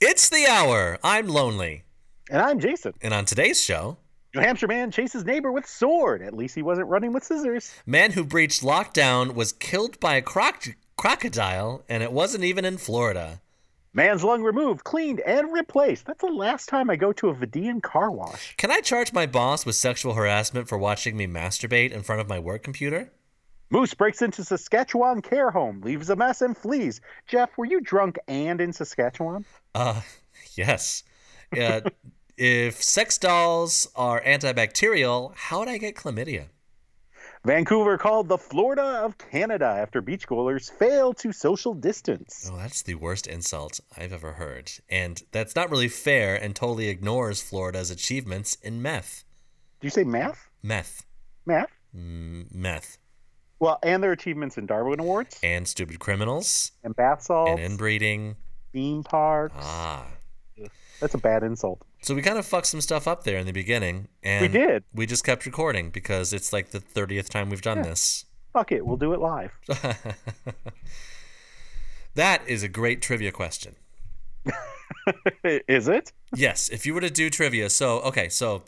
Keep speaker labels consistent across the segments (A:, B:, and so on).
A: It's the hour. I'm lonely.
B: And I'm Jason.
A: And on today's show,
B: New Hampshire man chases neighbor with sword. At least he wasn't running with scissors.
A: man who breached lockdown was killed by a croc- crocodile, and it wasn't even in Florida.
B: Man's lung removed, cleaned, and replaced. That's the last time I go to a Vidian car wash.
A: Can I charge my boss with sexual harassment for watching me masturbate in front of my work computer?
B: Moose breaks into Saskatchewan care home, leaves a mess, and flees. Jeff, were you drunk and in Saskatchewan?
A: Uh, yes. Uh, if sex dolls are antibacterial, how would I get chlamydia?
B: Vancouver called the Florida of Canada after beachgoers fail to social distance.
A: Oh, that's the worst insult I've ever heard. And that's not really fair and totally ignores Florida's achievements in meth.
B: Do you say math?
A: Meth.
B: Math?
A: M- meth.
B: Well, and their achievements in Darwin Awards
A: And stupid criminals.
B: and bath
A: And
B: salts,
A: inbreeding.
B: theme parks.
A: Ah.
B: That's a bad insult.
A: So we kind of fucked some stuff up there in the beginning. And
B: We did.
A: We just kept recording because it's like the 30th time we've done this.
B: Fuck it, we'll do it live.
A: that is a great trivia question.
B: Is it?
A: yes, if you were to do trivia, so okay, so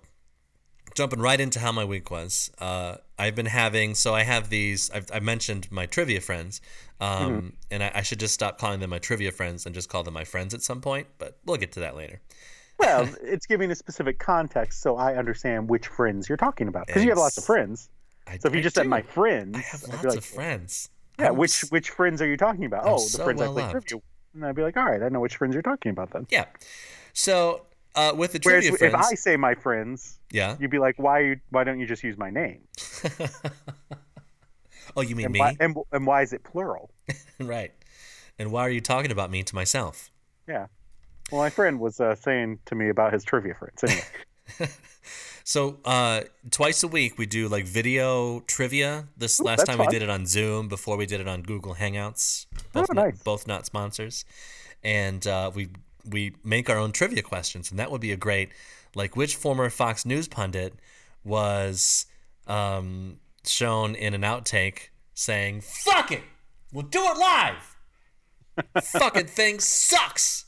A: jumping right into how my week was. Uh, I've been having so I have these. I've, I mentioned my trivia friends, um,
B: Mm-hmm.
A: and I, I should just stop calling them my trivia friends and just call them my friends at some point. But we'll get to that later.
B: Well, it's giving a specific context so I understand which friends you're talking about. Because you have lots of
A: Ex-
B: friends.
A: I,
B: So if you
A: I
B: just said
A: do.
B: my friends,
A: I have
B: I'd be
A: lots
B: like,
A: of friends.
B: Yeah,
A: I'm
B: which
A: s-
B: which friends are you talking about?
A: I'm
B: oh, the
A: so
B: friends I play
A: well-loved.
B: trivia. with. And I'd be like, all right, I know which friends you're talking about then.
A: yeah. So uh, with the
B: Whereas
A: trivia
B: if
A: friends,
B: I say my friends,
A: yeah.
B: you'd be like, why you, why don't you just use my name?
A: oh, you mean
B: And
A: me?
B: why and, and why is it plural?
A: right. And why are you talking about me to myself?
B: Yeah. Well, my friend was uh, saying to me about his trivia friends. Anyway,
A: So uh, twice a week we do like video trivia. This last
B: that's
A: time we
B: fun.
A: did it on Zoom. Before we did it on Google Hangouts. Both
B: Oh,
A: not,
B: nice.
A: both not sponsors, and uh, we we make our own trivia questions, and that would be a great like which former Fox News pundit was um, shown in an outtake saying "fuck it, we'll do it live." Fucking thing sucks.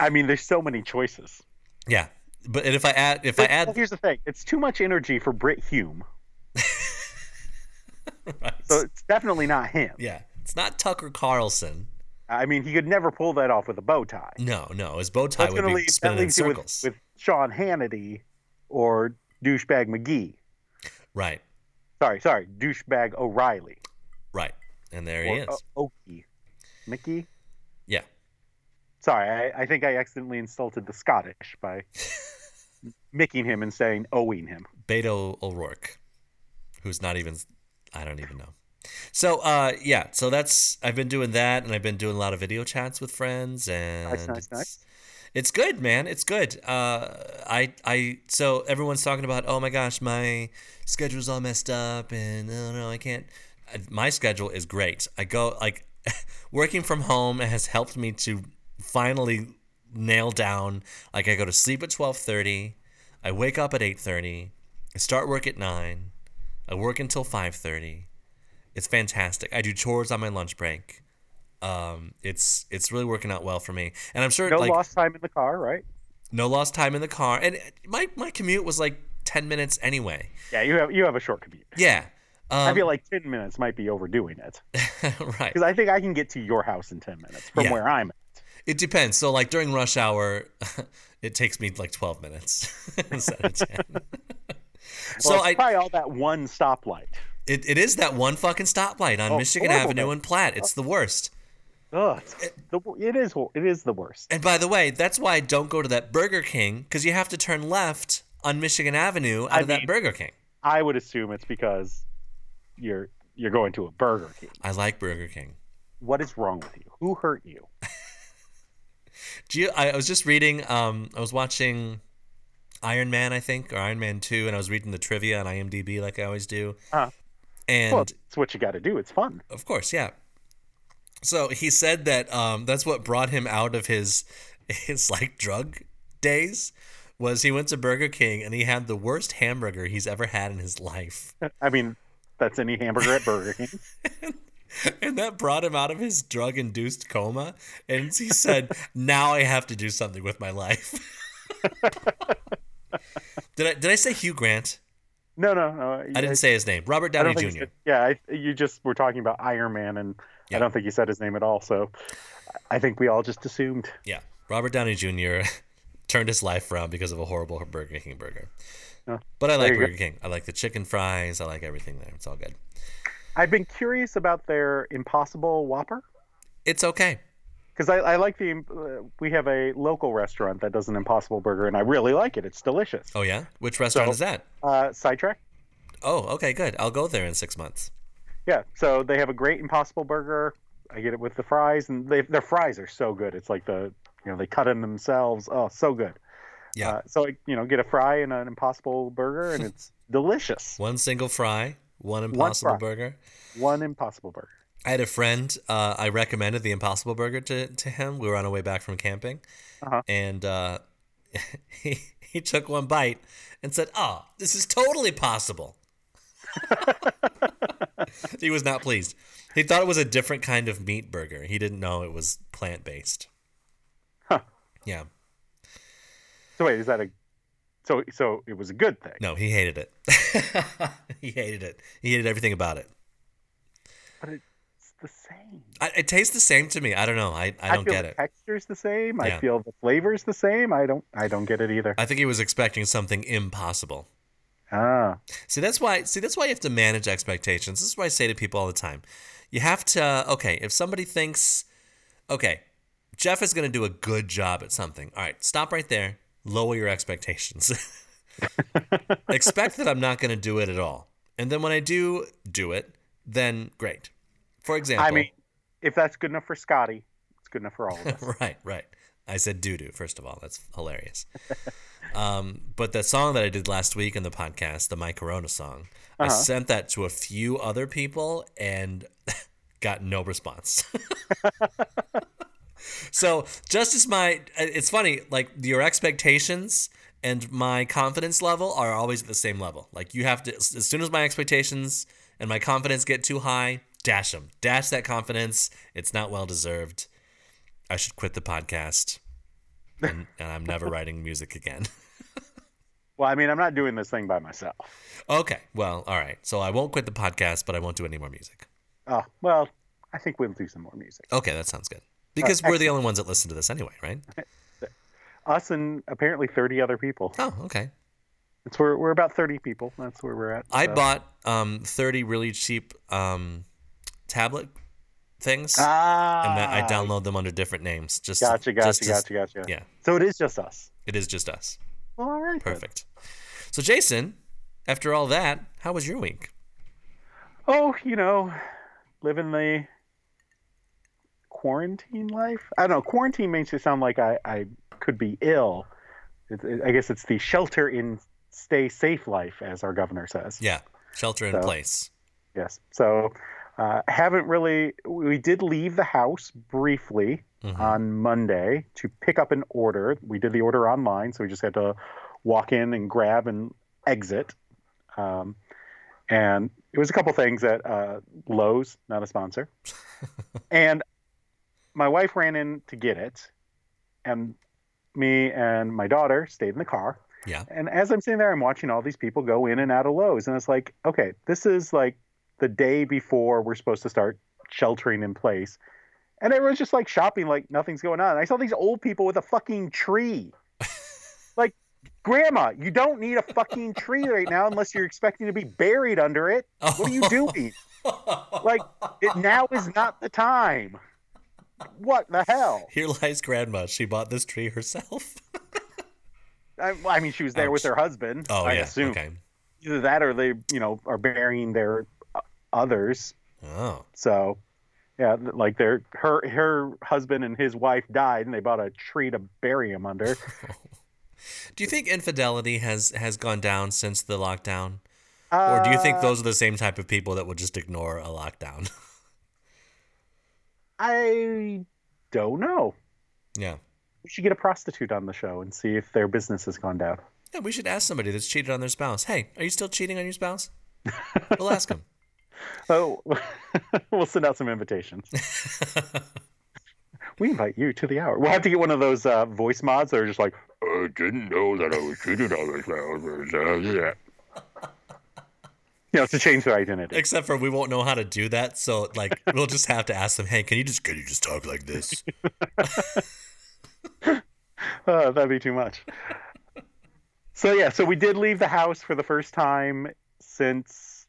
B: I mean, there's so many choices.
A: Yeah, but if I add if I
B: Well,
A: add
B: here's the thing: it's too much energy for Britt Hume.
A: Right.
B: So it's definitely not him.
A: Yeah, it's not Tucker Carlson.
B: I mean, he could never pull that off with a bow tie.
A: No, no, his bow tie
B: That's
A: would
B: gonna
A: be
B: leave that
A: spinning in
B: leaves you with,
A: circles.
B: with Sean Hannity or douchebag McGee.
A: Right,
B: Sorry, sorry, douchebag O'Reilly.
A: right, and there he
B: or uh,
A: is.
B: O- Okie. Mickey.
A: Yeah,
B: Sorry, I, I think I accidentally insulted the Scottish by micking him and saying owing him.
A: Beto O'Rourke, who's not even, I don't even know. So, uh, yeah, so that's I've been doing that, and I've been doing a lot of video chats with friends, and
B: nice,
A: it's,
B: nice.
A: it's good, man. It's good. Uh, I, I, so everyone's talking about, oh my gosh, my schedule's all messed up, and no, no, I can't. Uh, My schedule is great. I go like working from home has helped me to finally nail down. Like I go to sleep at twelve thirty, I wake up at eight thirty, I start work at nine, I work until five thirty. It's fantastic. I do chores on my lunch break. Um, it's it's really working out well for me, and I'm sure
B: No
A: like
B: lost time in the car, right?
A: no lost time in the car. And my my commute was like ten minutes anyway.
B: Yeah, you have you have a short commute.
A: Yeah.
B: I
A: Um,
B: feel like ten minutes might be overdoing it
A: right.
B: because I think I can get to your house in ten minutes from
A: Yeah.
B: where I'm. at.
A: It depends. So like during rush hour, it takes me like twelve minutes instead of ten. so
B: Well, it's
A: I
B: probably all that one stoplight.
A: it, it is that one fucking stoplight on
B: Oh,
A: Michigan
B: horrible,
A: Avenue
B: man.
A: in Platt. It's the worst.
B: Ugh, it's the, it is hor- it is the worst.
A: And by the way, that's why I don't go to that Burger King because you have to turn left on Michigan Avenue out
B: I
A: of that
B: mean-
A: Burger King.
B: I would assume it's because you're you're going to a Burger King.
A: I like Burger King.
B: What is wrong with you? Who hurt you?
A: Do you, I I was just reading. Um, I was watching Iron Man, I think, or Iron Man Two, and I was reading the trivia on IMDb like I always do.
B: Uh-huh.
A: And
B: well, it's what you got to do. It's fun.
A: Of course, yeah. So he said that um, that's what brought him out of his his like drug days was he went to Burger King and he had the worst hamburger he's ever had in his life.
B: I mean, that's any hamburger at Burger King.
A: and that brought him out of his drug induced coma. And he said, Now I have to do something with my life. did I did I say Hugh Grant?
B: No, no, no. I
A: I didn't say his name. Robert Downey
B: think you
A: Jr.
B: said- yeah, I, you just were talking about Iron Man, and
A: Yeah.
B: I don't think you said his name at all. So I think we all just assumed.
A: Yeah. Robert Downey Jr. turned his life around because of a horrible Burger King burger.
B: Yeah.
A: But I like
B: Oh, you go.
A: Burger King. I like the chicken fries. I like everything there. It's all good.
B: I've been curious about their Impossible Whopper
A: It's okay.
B: because I, I like the. Uh, we have a local restaurant that does an Impossible Burger, and I really like it. It's delicious.
A: Oh yeah? Which restaurant
B: So-
A: is that?
B: Uh, sidetrack.
A: Oh, okay, good. I'll go there in six months.
B: Yeah, so they have a great Impossible Burger. I get it with the fries, and they, their fries are so good. It's like the you know they cut in themselves. Oh, so good.
A: Yeah.
B: Uh, so I, you know, get a fry and an Impossible Burger, and it's delicious.
A: One single fry, one impossible
B: fry.
A: burger.
B: One Impossible Burger.
A: I had a friend. Uh, I recommended the Impossible Burger to, to him. We were on our way back from camping,
B: Uh-huh.
A: and uh, he he took one bite and said, "Oh, this is totally possible." he was not pleased. He thought it was a different kind of meat burger. He didn't know it was plant based.
B: Huh.
A: Yeah.
B: So wait, is that a? So so it was a good thing,
A: No, he hated it. he hated it. He hated everything about it.
B: but it's the same.
A: I, it tastes the same to me. I don't know. I, I don't
B: feel
A: get
B: the
A: it.
B: texture's the same.
A: Yeah.
B: I feel the flavor's the same. I don't. I don't get it either.
A: I think he was expecting something impossible. Uh,
B: ah,
A: See that's why see that's why you have to manage expectations. This is why I say to people all the time. You have to okay, if somebody thinks okay, Jeff is going to do a good job at something. All right, stop right there. Lower your expectations. Expect that I'm not going to do it at all. And then when I do do it, then great. For example,
B: I mean, if that's good enough for Scotty, it's good enough for all of us.
A: right, right. I said doo doo, first of all. That's hilarious. um, but the song that I did last week in the podcast, the My Corona song, I
B: Uh-huh.
A: sent that to a few other people and got no response. so just as my, it's funny, like your expectations and my confidence level are always at the same level. Like you have to, as soon as my expectations and my confidence get too high, dash them, dash that confidence. It's not well deserved. I should quit the podcast. And, and I'm never writing music again.
B: Well, I mean, I'm not doing this thing by myself.
A: okay. Well, all right. So I won't quit the podcast, but I won't do any more music.
B: Oh well, I think we'll do some more music.
A: Okay. That sounds good. Because we're the only ones that listen to this anyway, right?
B: Us and apparently 30 other people.
A: Oh, okay.
B: It's where we're about 30 people. That's where we're at.
A: I
B: so.
A: bought um, 30 really cheap um, tablet things.
B: Ah,
A: and that I download them under different names. Just
B: Gotcha, gotcha,
A: just to-
B: gotcha, gotcha.
A: Yeah,
B: So it is just us.
A: it is just us.
B: Well, all right. then.
A: Perfect. So, Jason, after all that, how was your week?
B: Oh, you know, living the quarantine life. I don't know. Quarantine makes it sound like I, I could be ill. It, it- I guess it's the shelter in, stay safe life, as our governor says.
A: Yeah, shelter in
B: So-
A: place.
B: Yes. So, uh, haven't really. We did leave the house briefly
A: Mhm.
B: on Monday to pick up an order. We did the order online, so we just had to walk in and grab and exit. Um, and it was a couple things at uh, Lowe's, not a sponsor. and my wife ran in to get it, and me and my daughter stayed in the car.
A: Yeah.
B: And as I'm sitting there, I'm watching all these people go in and out of Lowe's, and it's like, okay, this is like the day before we're supposed to start sheltering in place. And everyone's just like shopping like nothing's going on. And I saw these old people with a fucking tree. like, grandma, you don't need a fucking tree right now unless you're expecting to be buried under it. What are you doing? Like, it now is not the time. What the hell?
A: Here lies grandma. She bought this tree herself.
B: I, well, I mean, she was there with her husband.
A: Oh
B: I
A: yeah.
B: assume
A: Okay.
B: either that or they, you know, are burying their uh, others.
A: Oh.
B: So, yeah, like their her her husband and his wife died, and they bought a tree to bury him under.
A: Do you think infidelity has has gone down since the lockdown? Or do you think
B: Uh,
A: those are the same type of people that will just ignore a lockdown?
B: I don't know.
A: yeah.
B: We should get a prostitute on the show and see if their business has gone down.
A: Yeah, we should ask somebody that's cheated on their spouse. Hey, are you still cheating on your spouse? We'll ask them.
B: Oh, we'll send out some invitations. we invite you to the hour. We'll have to get one of those uh, voice mods that are just like, I didn't know that I was cheated on myself. You know, to change their identity.
A: Except for we won't know how to do that, so like we'll just have to ask them, "Hey, can you just can you just talk like this?"
B: Uh, that'd be too much. So yeah, so we did leave the house for the first time since,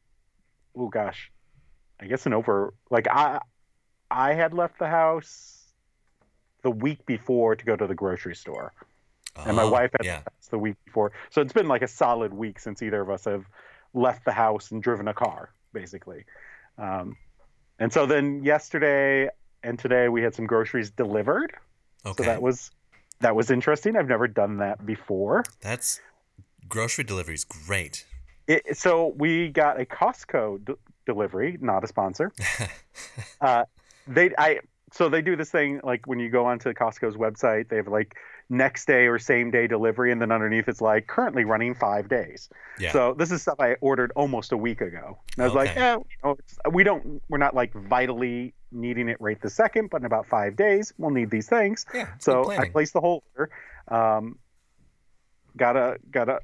B: oh gosh, I guess an over like I, I had left the house the week before to go to the grocery store, and my
A: Oh,
B: wife had
A: yeah.
B: left the week before. So it's been like a solid week since either of us have left the house and driven a car, basically. Um, and so then yesterday and today we had some groceries delivered.
A: Okay,
B: So that was that was interesting. I've never done that before.
A: that's grocery delivery is great.
B: It, so we got a Costco d- delivery, not a sponsor. uh, they I so they do this thing like when you go onto Costco's website, they have like next day or same day delivery, and then underneath it's like currently running five days.
A: Yeah.
B: So this is stuff I ordered almost a week ago. And I was like,
A: Okay.
B: yeah, you know, it's, we don't, we're not like vitally needing it right this second, but in about five days we'll need these things.
A: Yeah, it's good
B: So I
A: planning.
B: placed the whole order. Um, got a got a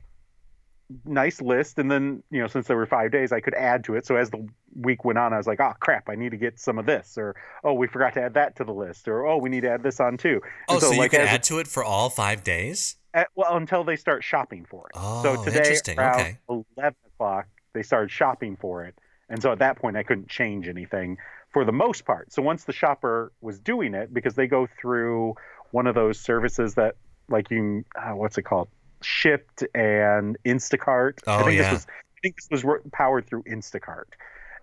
B: nice list, and then you know since there were five days, I could add to it. So as the week went on, I was like, oh crap, I need to get some of this, or oh we forgot to add that to the list, or oh we need to add this on too.
A: oh,
B: And
A: so,
B: like
A: you can
B: as-
A: add to it for all five days?
B: at- well until they start shopping for it.
A: Oh,
B: so today
A: interesting.
B: around
A: Okay.
B: eleven o'clock, they started shopping for it, and so at that point, I couldn't change anything for the most part. So once the shopper was doing it, because they go through one of those services that, like you, uh, what's it called, Shipped and Instacart. I
A: Oh,
B: think
A: yeah.
B: This was, I think this was wor- powered through Instacart,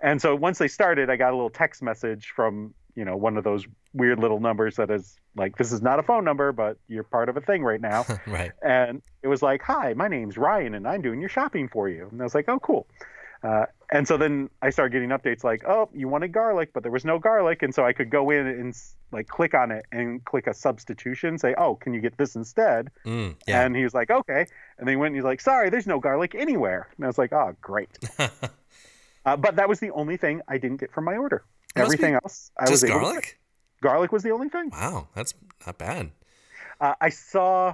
B: and so once they started, I got a little text message from you know one of those weird little numbers that is like this is not a phone number but you're part of a thing right now
A: right.
B: and it was like, "Hi, my name's Ryan, and I'm doing your shopping for you." And I was like, "Oh, cool." Uh, and so then I started getting updates like, "Oh, you wanted garlic, but there was no garlic," and so I could go in and s- like click on it and click a substitution, say, "Oh, can you get this instead?"
A: Mm, yeah.
B: And he was like, "Okay." And they went and he's like, "Sorry, there's no garlic anywhere." And I was like, "Oh, great." Uh, but that was the only thing I didn't get from my order.
A: It must
B: Everything
A: be
B: else, I was
A: Just
B: able. to-
A: garlic?
B: garlic was the only thing.
A: Wow, that's not bad.
B: Uh, I saw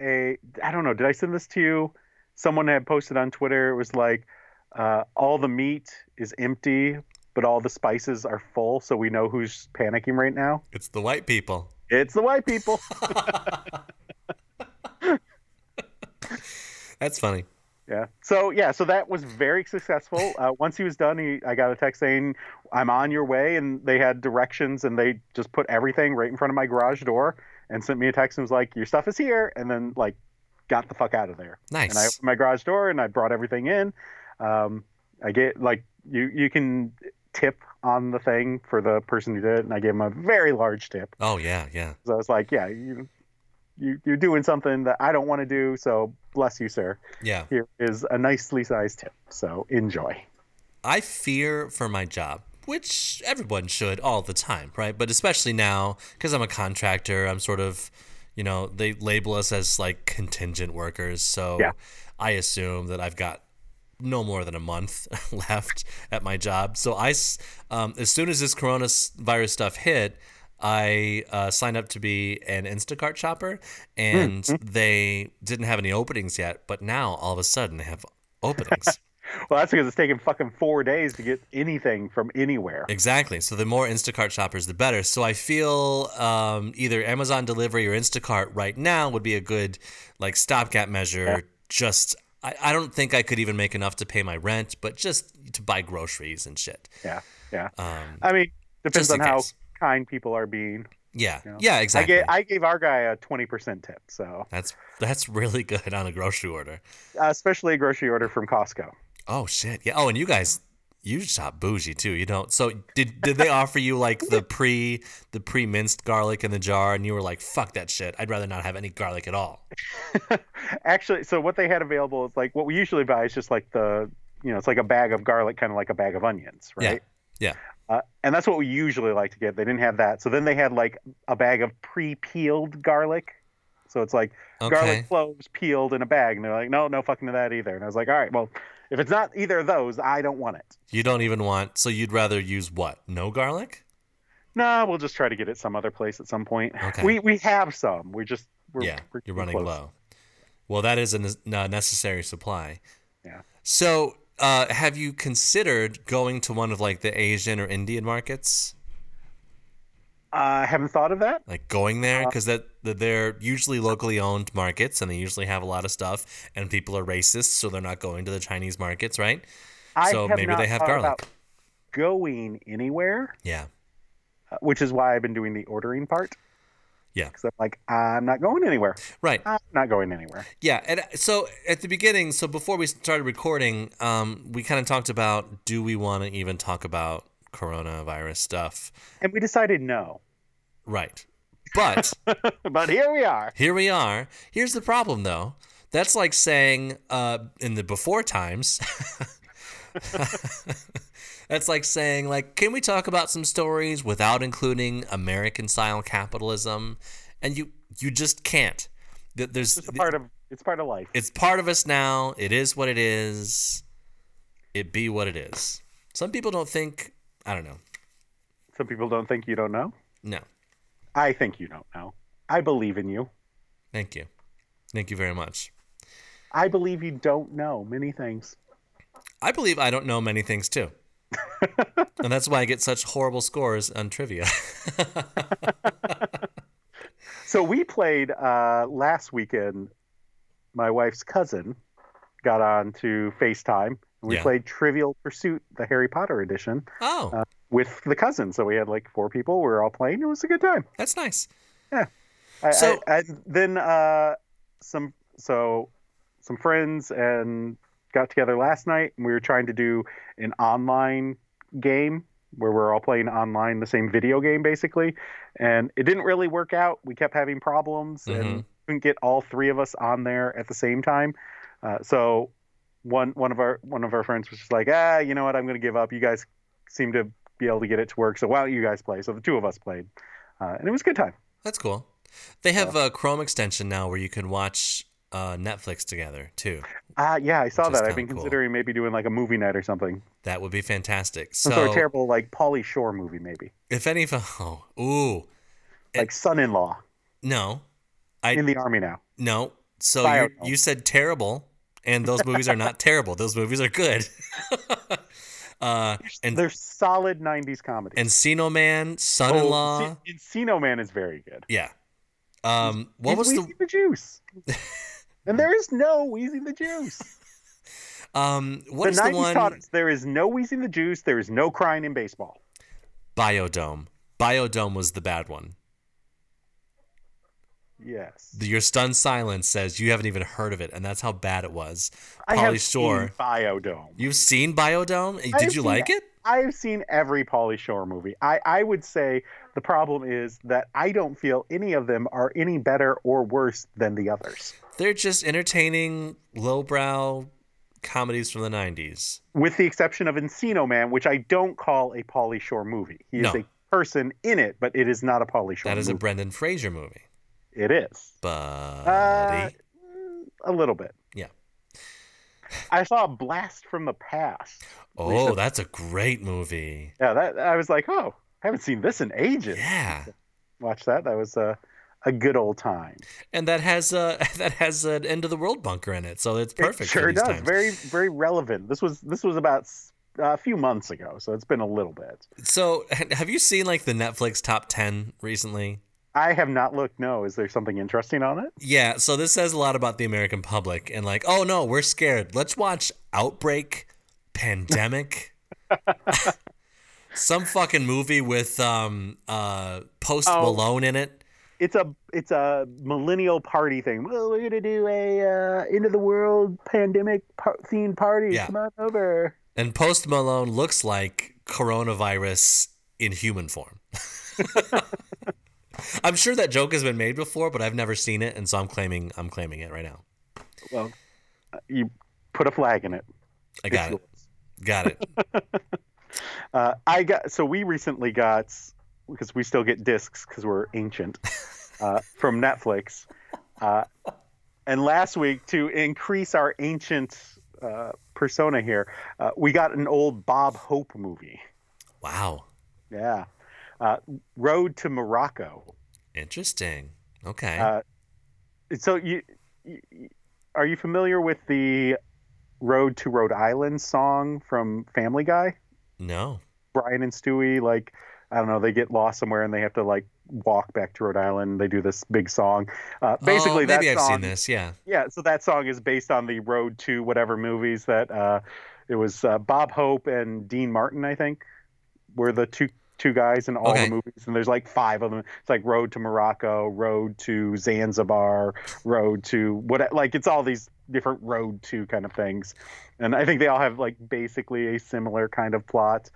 B: a. I don't know. Did I send this to you? Someone had posted on Twitter. It was like, uh, all the meat is empty, but all the spices are full. So we know who's panicking right now.
A: It's the white people.
B: It's the white people.
A: That's funny.
B: yeah. So yeah. So that was very successful. Uh, once he was done, he I got a text saying, "I'm on your way," and they had directions, and they just put everything right in front of my garage door and sent me a text and was like, "Your stuff is here," and then like, got the fuck out of there.
A: Nice.
B: and I opened my garage door and I brought everything in. Um, I get like you you can tip on the thing for the person who did it, and I gave him a very large tip.
A: oh yeah, yeah.
B: So I was like, yeah, you, you you're doing something that I don't want to do, so bless you, sir.
A: Yeah.
B: Here is a nicely sized tip, so enjoy.
A: I fear for my job, which everyone should all the time, right? But especially now, because I'm a contractor, I'm sort of, you know, they label us as like contingent workers. So
B: Yeah.
A: I assume that I've got no more than a month left at my job. So I, s- um, as soon as this coronavirus stuff hit, I uh, signed up to be an Instacart shopper, and they didn't have any openings yet. But now all of a sudden they have openings.
B: Well, that's because it's taken fucking four days to get anything from anywhere.
A: Exactly. So the more Instacart shoppers, the better. So I feel um, either Amazon delivery or Instacart right now would be a good like stopgap measure. Just I, I don't think I could even make enough to pay my rent, but just to buy groceries and shit.
B: Yeah, yeah.
A: Um,
B: I mean, depends
A: Just
B: on
A: in
B: how
A: case.
B: kind people are being.
A: yeah.
B: Yeah.
A: Yeah. Exactly.
B: I gave I gave our guy a twenty percent tip, so
A: that's that's really good on a grocery order.
B: uh, especially a grocery order from Costco.
A: Oh shit. Yeah. Oh, and you guys. You shop bougie too, you don't. So did did they offer you like the pre the pre minced garlic in the jar, and you were like, "Fuck that shit! I'd rather not have any garlic at all."
B: Actually, so what they had available is like what we usually buy is just like the, you know, it's like a bag of garlic, kind of like a bag of onions,
A: Yeah.
B: right?
A: Yeah.
B: Uh, and that's what we usually like to get. They didn't have that, so then they had like a bag of pre-peeled garlic. So it's like
A: Okay.
B: garlic cloves peeled in a bag, and they're like, no, no fucking to that either. And I was like, all right, well, If it's not either of those, I don't want it.
A: You don't even want. So you'd rather use what? No garlic?
B: No, we'll just try to get it some other place at some point.
A: Okay.
B: We we have some. We're just we're,
A: yeah,
B: we're
A: you're running
B: close.
A: low. Well, that is a ne- a necessary supply.
B: Yeah.
A: So, uh, have you considered going to one of like the Asian or Indian markets?
B: I haven't thought of that.
A: Like going there because that, that they're usually locally owned markets and they usually have a lot of stuff and people are racist, so they're not going to the Chinese markets, right?
B: I
A: so
B: have
A: maybe
B: not
A: they have
B: thought
A: garlic.
B: about going anywhere,
A: Yeah.
B: uh, which is why I've been doing the ordering part.
A: Yeah.
B: Because I'm like, I'm not going anywhere.
A: Right.
B: I'm not going anywhere.
A: Yeah, and uh, so at the beginning, so before we started recording, um, we kind of talked about do we want to even talk about coronavirus stuff,
B: And we decided no.
A: right? But
B: But here we are.
A: here we are. Here's the problem, though. That's like saying uh, in the before times. That's like saying like, can we talk about some stories without including American style capitalism? And you you just can't. Th- There's
B: It's a part of it's part of life.
A: it's part of us now. It is what it is. It be what it is. Some people don't think. I don't know.
B: Some people don't think you don't know.
A: No,
B: I think you don't know. I believe in you.
A: thank you, thank you very much.
B: I believe you don't know many things.
A: I believe I don't know many things too, and that's why I get such horrible scores on trivia.
B: So we played uh, last weekend. My wife's cousin got on to FaceTime. And we
A: Yeah.
B: played Trivial Pursuit, the Harry Potter edition,
A: oh,
B: Uh, with the cousin. So we had like four people. We were all playing. It was a good time.
A: that's nice.
B: I,
A: So-
B: I, I, then uh, some so some friends and got together last night, and we were trying to do an online game where we're all playing online the same video game basically, and it didn't really work out. We kept having problems
A: Mhm.
B: and couldn't get all three of us on there at the same time. Uh, so one one of our one of our friends was just like, ah, you know what? I'm going to give up. You guys seem to be able to get it to work, so why don't you guys play? So the two of us played, uh, and it was a good time.
A: That's cool. They have a Chrome extension now where you can watch uh, Netflix together too.
B: Ah, yeah, I saw
A: Which is
B: that. I've
A: kinda
B: been
A: cool.
B: considering maybe doing like a movie night or something.
A: That would be fantastic.
B: Some sort
A: So,
B: of terrible like Polly Shore movie, maybe
A: if any, oh, ooh,
B: like Son-in-Law
A: no, I
B: in the army now.
A: No. So
B: Fire
A: you,
B: Emblem.
A: you said terrible, and those movies are not terrible. Those movies are good. uh, and
B: They're solid '90s comedy.
A: Encino Man, Son in Law.
B: oh, Enci- Encino Man is very good.
A: yeah. Um, what
B: He's
A: was the
B: Wheezy Juice? and there is no Wheezing the Juice.
A: um? What
B: the
A: is
B: '90s
A: the one?
B: taught us there is no Wheezing the Juice. There is no crying in baseball.
A: Biodome. Biodome was the bad one.
B: Yes,
A: The- Your stunned silence says you haven't even heard of it, and that's how bad it was.
B: I
A: Polly
B: have
A: Shore.
B: seen Biodome.
A: You've seen Biodome?
B: I
A: Did
B: have
A: you
B: seen
A: like it?
B: I have seen every Polly Shore movie. I, I would say the problem is that I don't feel any of them are any better or worse than the others.
A: They're just entertaining, lowbrow comedies from the '90s.
B: With the exception of Encino Man, which I don't call a Polly Shore movie. He is
A: No.
B: a person in it, but it is not a Polly Shore
A: That is a
B: movie.
A: Brendan Fraser movie.
B: it is.
A: Buddy.
B: Uh, a little bit.
A: Yeah.
B: I saw a blast from the past.
A: oh, that's a great movie.
B: Yeah, that I was like, oh, I haven't seen this in ages.
A: Yeah.
B: Watch that. That was a, a good old time.
A: And that has uh that has an end of the world bunker in it, so it's perfect.
B: It
A: for
B: sure
A: these
B: does.
A: times.
B: Very very relevant. This was this was about s- a few months ago, so it's been a little bit.
A: So, h- have you seen like the Netflix top 10 recently?
B: I have not looked. No, is there something interesting on it?
A: Yeah, so this says a lot about the American public and like, "Oh no, we're scared. Let's watch Outbreak, Pandemic, some fucking movie with um uh Post
B: Oh.
A: Malone in it."
B: It's a it's a millennial party thing. Well, we're gonna do a uh, end of the world pandemic par- themed party.
A: Yeah.
B: Come on over.
A: And Post Malone looks like coronavirus in human form. I'm sure that joke has been made before, but I've never seen it, and so I'm claiming I'm claiming it right now.
B: Well, uh, you put a flag in it.
A: I got it.
B: It's yours.
A: Got it.
B: Uh, I got so we recently got because we still get discs because we're ancient uh, from Netflix, uh, and last week to increase our ancient uh, persona here. Uh, we got an old Bob Hope movie.
A: Wow.
B: Yeah. Uh, Road to Morocco.
A: Interesting. Okay.
B: Uh, so you, you are you familiar with the Road to Rhode Island song from Family Guy?
A: no.
B: Brian and Stewie like I don't know they get lost somewhere and they have to like walk back to Rhode Island. They do this big song. Uh, basically,
A: oh, maybe I've
B: that song,
A: seen this. Yeah.
B: Yeah, so that song is based on the Road to whatever movies that uh, it was uh, Bob Hope and Dean Martin, I think, were the two two guys in all
A: Okay.
B: the movies. And there's like five of them. It's like Road to Morocco, Road to Zanzibar, Road to what? Like it's all these different Road to kind of things. And I think they all have like basically a similar kind of plot.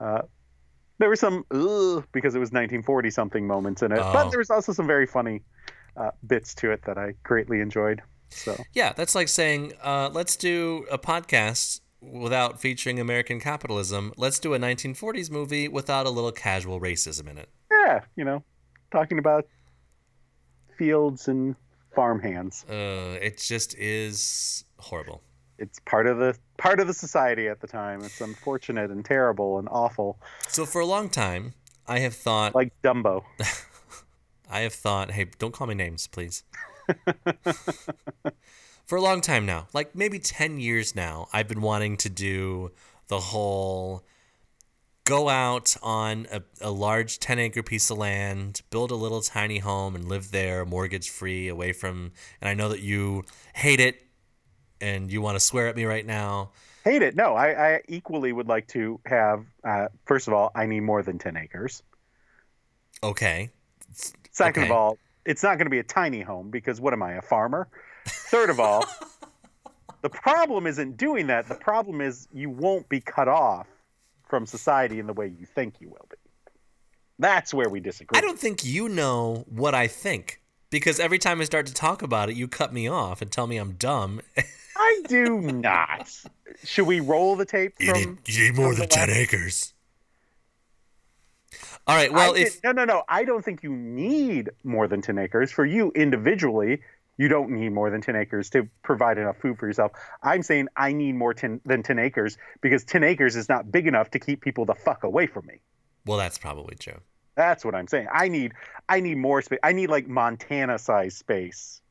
B: Uh, there were some Ugh, because it was 1940 something moments in it,
A: Oh.
B: but there was also some very funny uh, bits to it that I greatly enjoyed. So
A: Yeah. That's like saying, uh, let's do a podcast without featuring American capitalism. Let's do a 1940s movie without a little casual racism in it.
B: yeah, you know, talking about fields and farmhands.
A: Uh, it just is horrible.
B: It's part of the part of the society at the time. It's unfortunate and terrible and awful,
A: So for a long time, I have thought,
B: like Dumbo.
A: I have thought, hey, don't call me names, please. For a long time now, like maybe 10 years now, I've been wanting to do the whole go out on a, a large 10 acre piece of land, build a little tiny home, and live there mortgage free away from. And I know that you hate it and you want to swear at me right now.
B: Hate it. No, I, I equally would like to have. Uh, first of all, I need more than ten acres.
A: Okay.
B: Second of
A: Okay.
B: all, it's not going to be a tiny home because what am I, a farmer? Third of all, the problem isn't doing that. The problem is you won't be cut off from society in the way you think you will be. That's where we disagree.
A: I don't think you know what I think because every time I start to talk about it, you cut me off and tell me I'm dumb.
B: I do not. Should we roll the tape from?
A: you need more
B: from the last-
A: acres. All right.
B: I
A: Well,
B: did-
A: if
B: no, no, no. I don't think you need more than ten acres for you individually. You don't need more than ten acres to provide enough food for yourself. I'm saying I need more 10, than ten acres because ten acres is not big enough to keep people the fuck away from me.
A: well, that's probably true.
B: That's what I'm saying. I need I need more space. I need like Montana sized space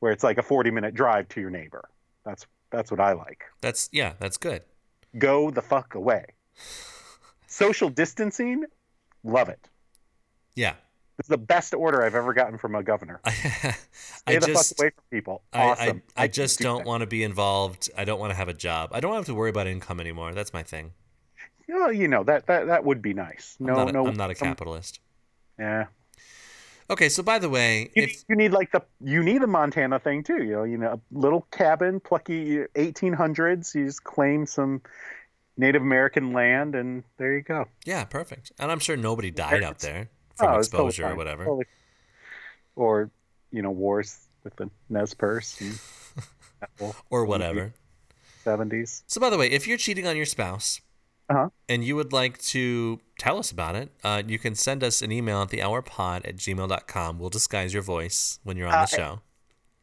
B: where it's like a 40 minute drive to your neighbor. That's that's what I like.
A: That's yeah, that's good.
B: Go the fuck away. Social distancing, love it.
A: Yeah.
B: It's the best order I've ever gotten from a governor.
A: I,
B: Stay
A: I
B: the
A: just
B: fuck away from people.
A: I,
B: Awesome.
A: I, I
B: can
A: just
B: do
A: don't
B: that.
A: want to be involved. I don't want to have a job. I don't have to worry about income anymore. That's my thing.
B: Well, you know that that that would be nice.
A: I'm
B: No,
A: not a,
B: no,
A: I'm not a
B: some-
A: capitalist.
B: Yeah,
A: Okay, so by the way,
B: you,
A: if
B: you need like the you need a Montana thing too. You know, you know, a little cabin, plucky 1800s. You just claim some Native American land, and there you go.
A: yeah, perfect. And I'm sure nobody died out there from
B: Oh, it's totally
A: exposure or
B: fine.
A: whatever.
B: Totally- Or you know, wars with the Nez Perce and Apple
A: or whatever.
B: 70s.
A: So, by the way, if you're cheating on your spouse
B: Uh-huh.
A: and you would like to tell us about it, uh, you can send us an email at thehourpod at gmail.com. We'll disguise your voice when you're on
B: Uh,
A: the show.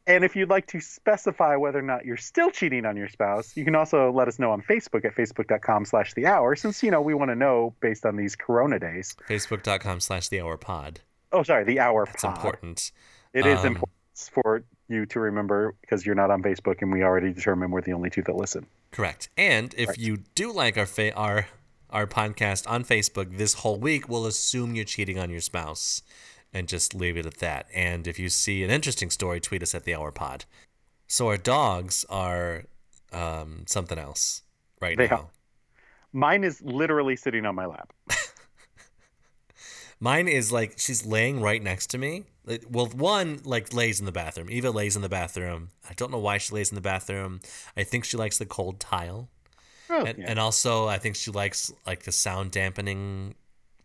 B: And if you'd like to specify whether or not you're still cheating on your spouse, you can also let us know on Facebook at facebook.com slash the hour, since, you know, we want to know based on these corona days.
A: Facebook.com slash thehourpod.
B: Oh, sorry, the hour
A: That's
B: pod.
A: important.
B: It is
A: Um,
B: important for you to remember because you're not on Facebook and we already determined we're the only two that listen.
A: Correct. And if you do like our, fa- our, our podcast on Facebook this whole week, we'll assume you're cheating on your spouse and just leave it at that. And if you see an interesting story, tweet us at the hour pod. So our dogs are um, something else right
B: They
A: now.
B: are. Mine is literally sitting on my lap.
A: Mine is like she's laying right next to me. Like, Well, one like lays in the bathroom. Eva lays in the bathroom. I don't know why she lays in the bathroom. I think she likes the cold tile,
B: Oh,
A: and,
B: yeah.
A: and also I think she likes like the sound dampening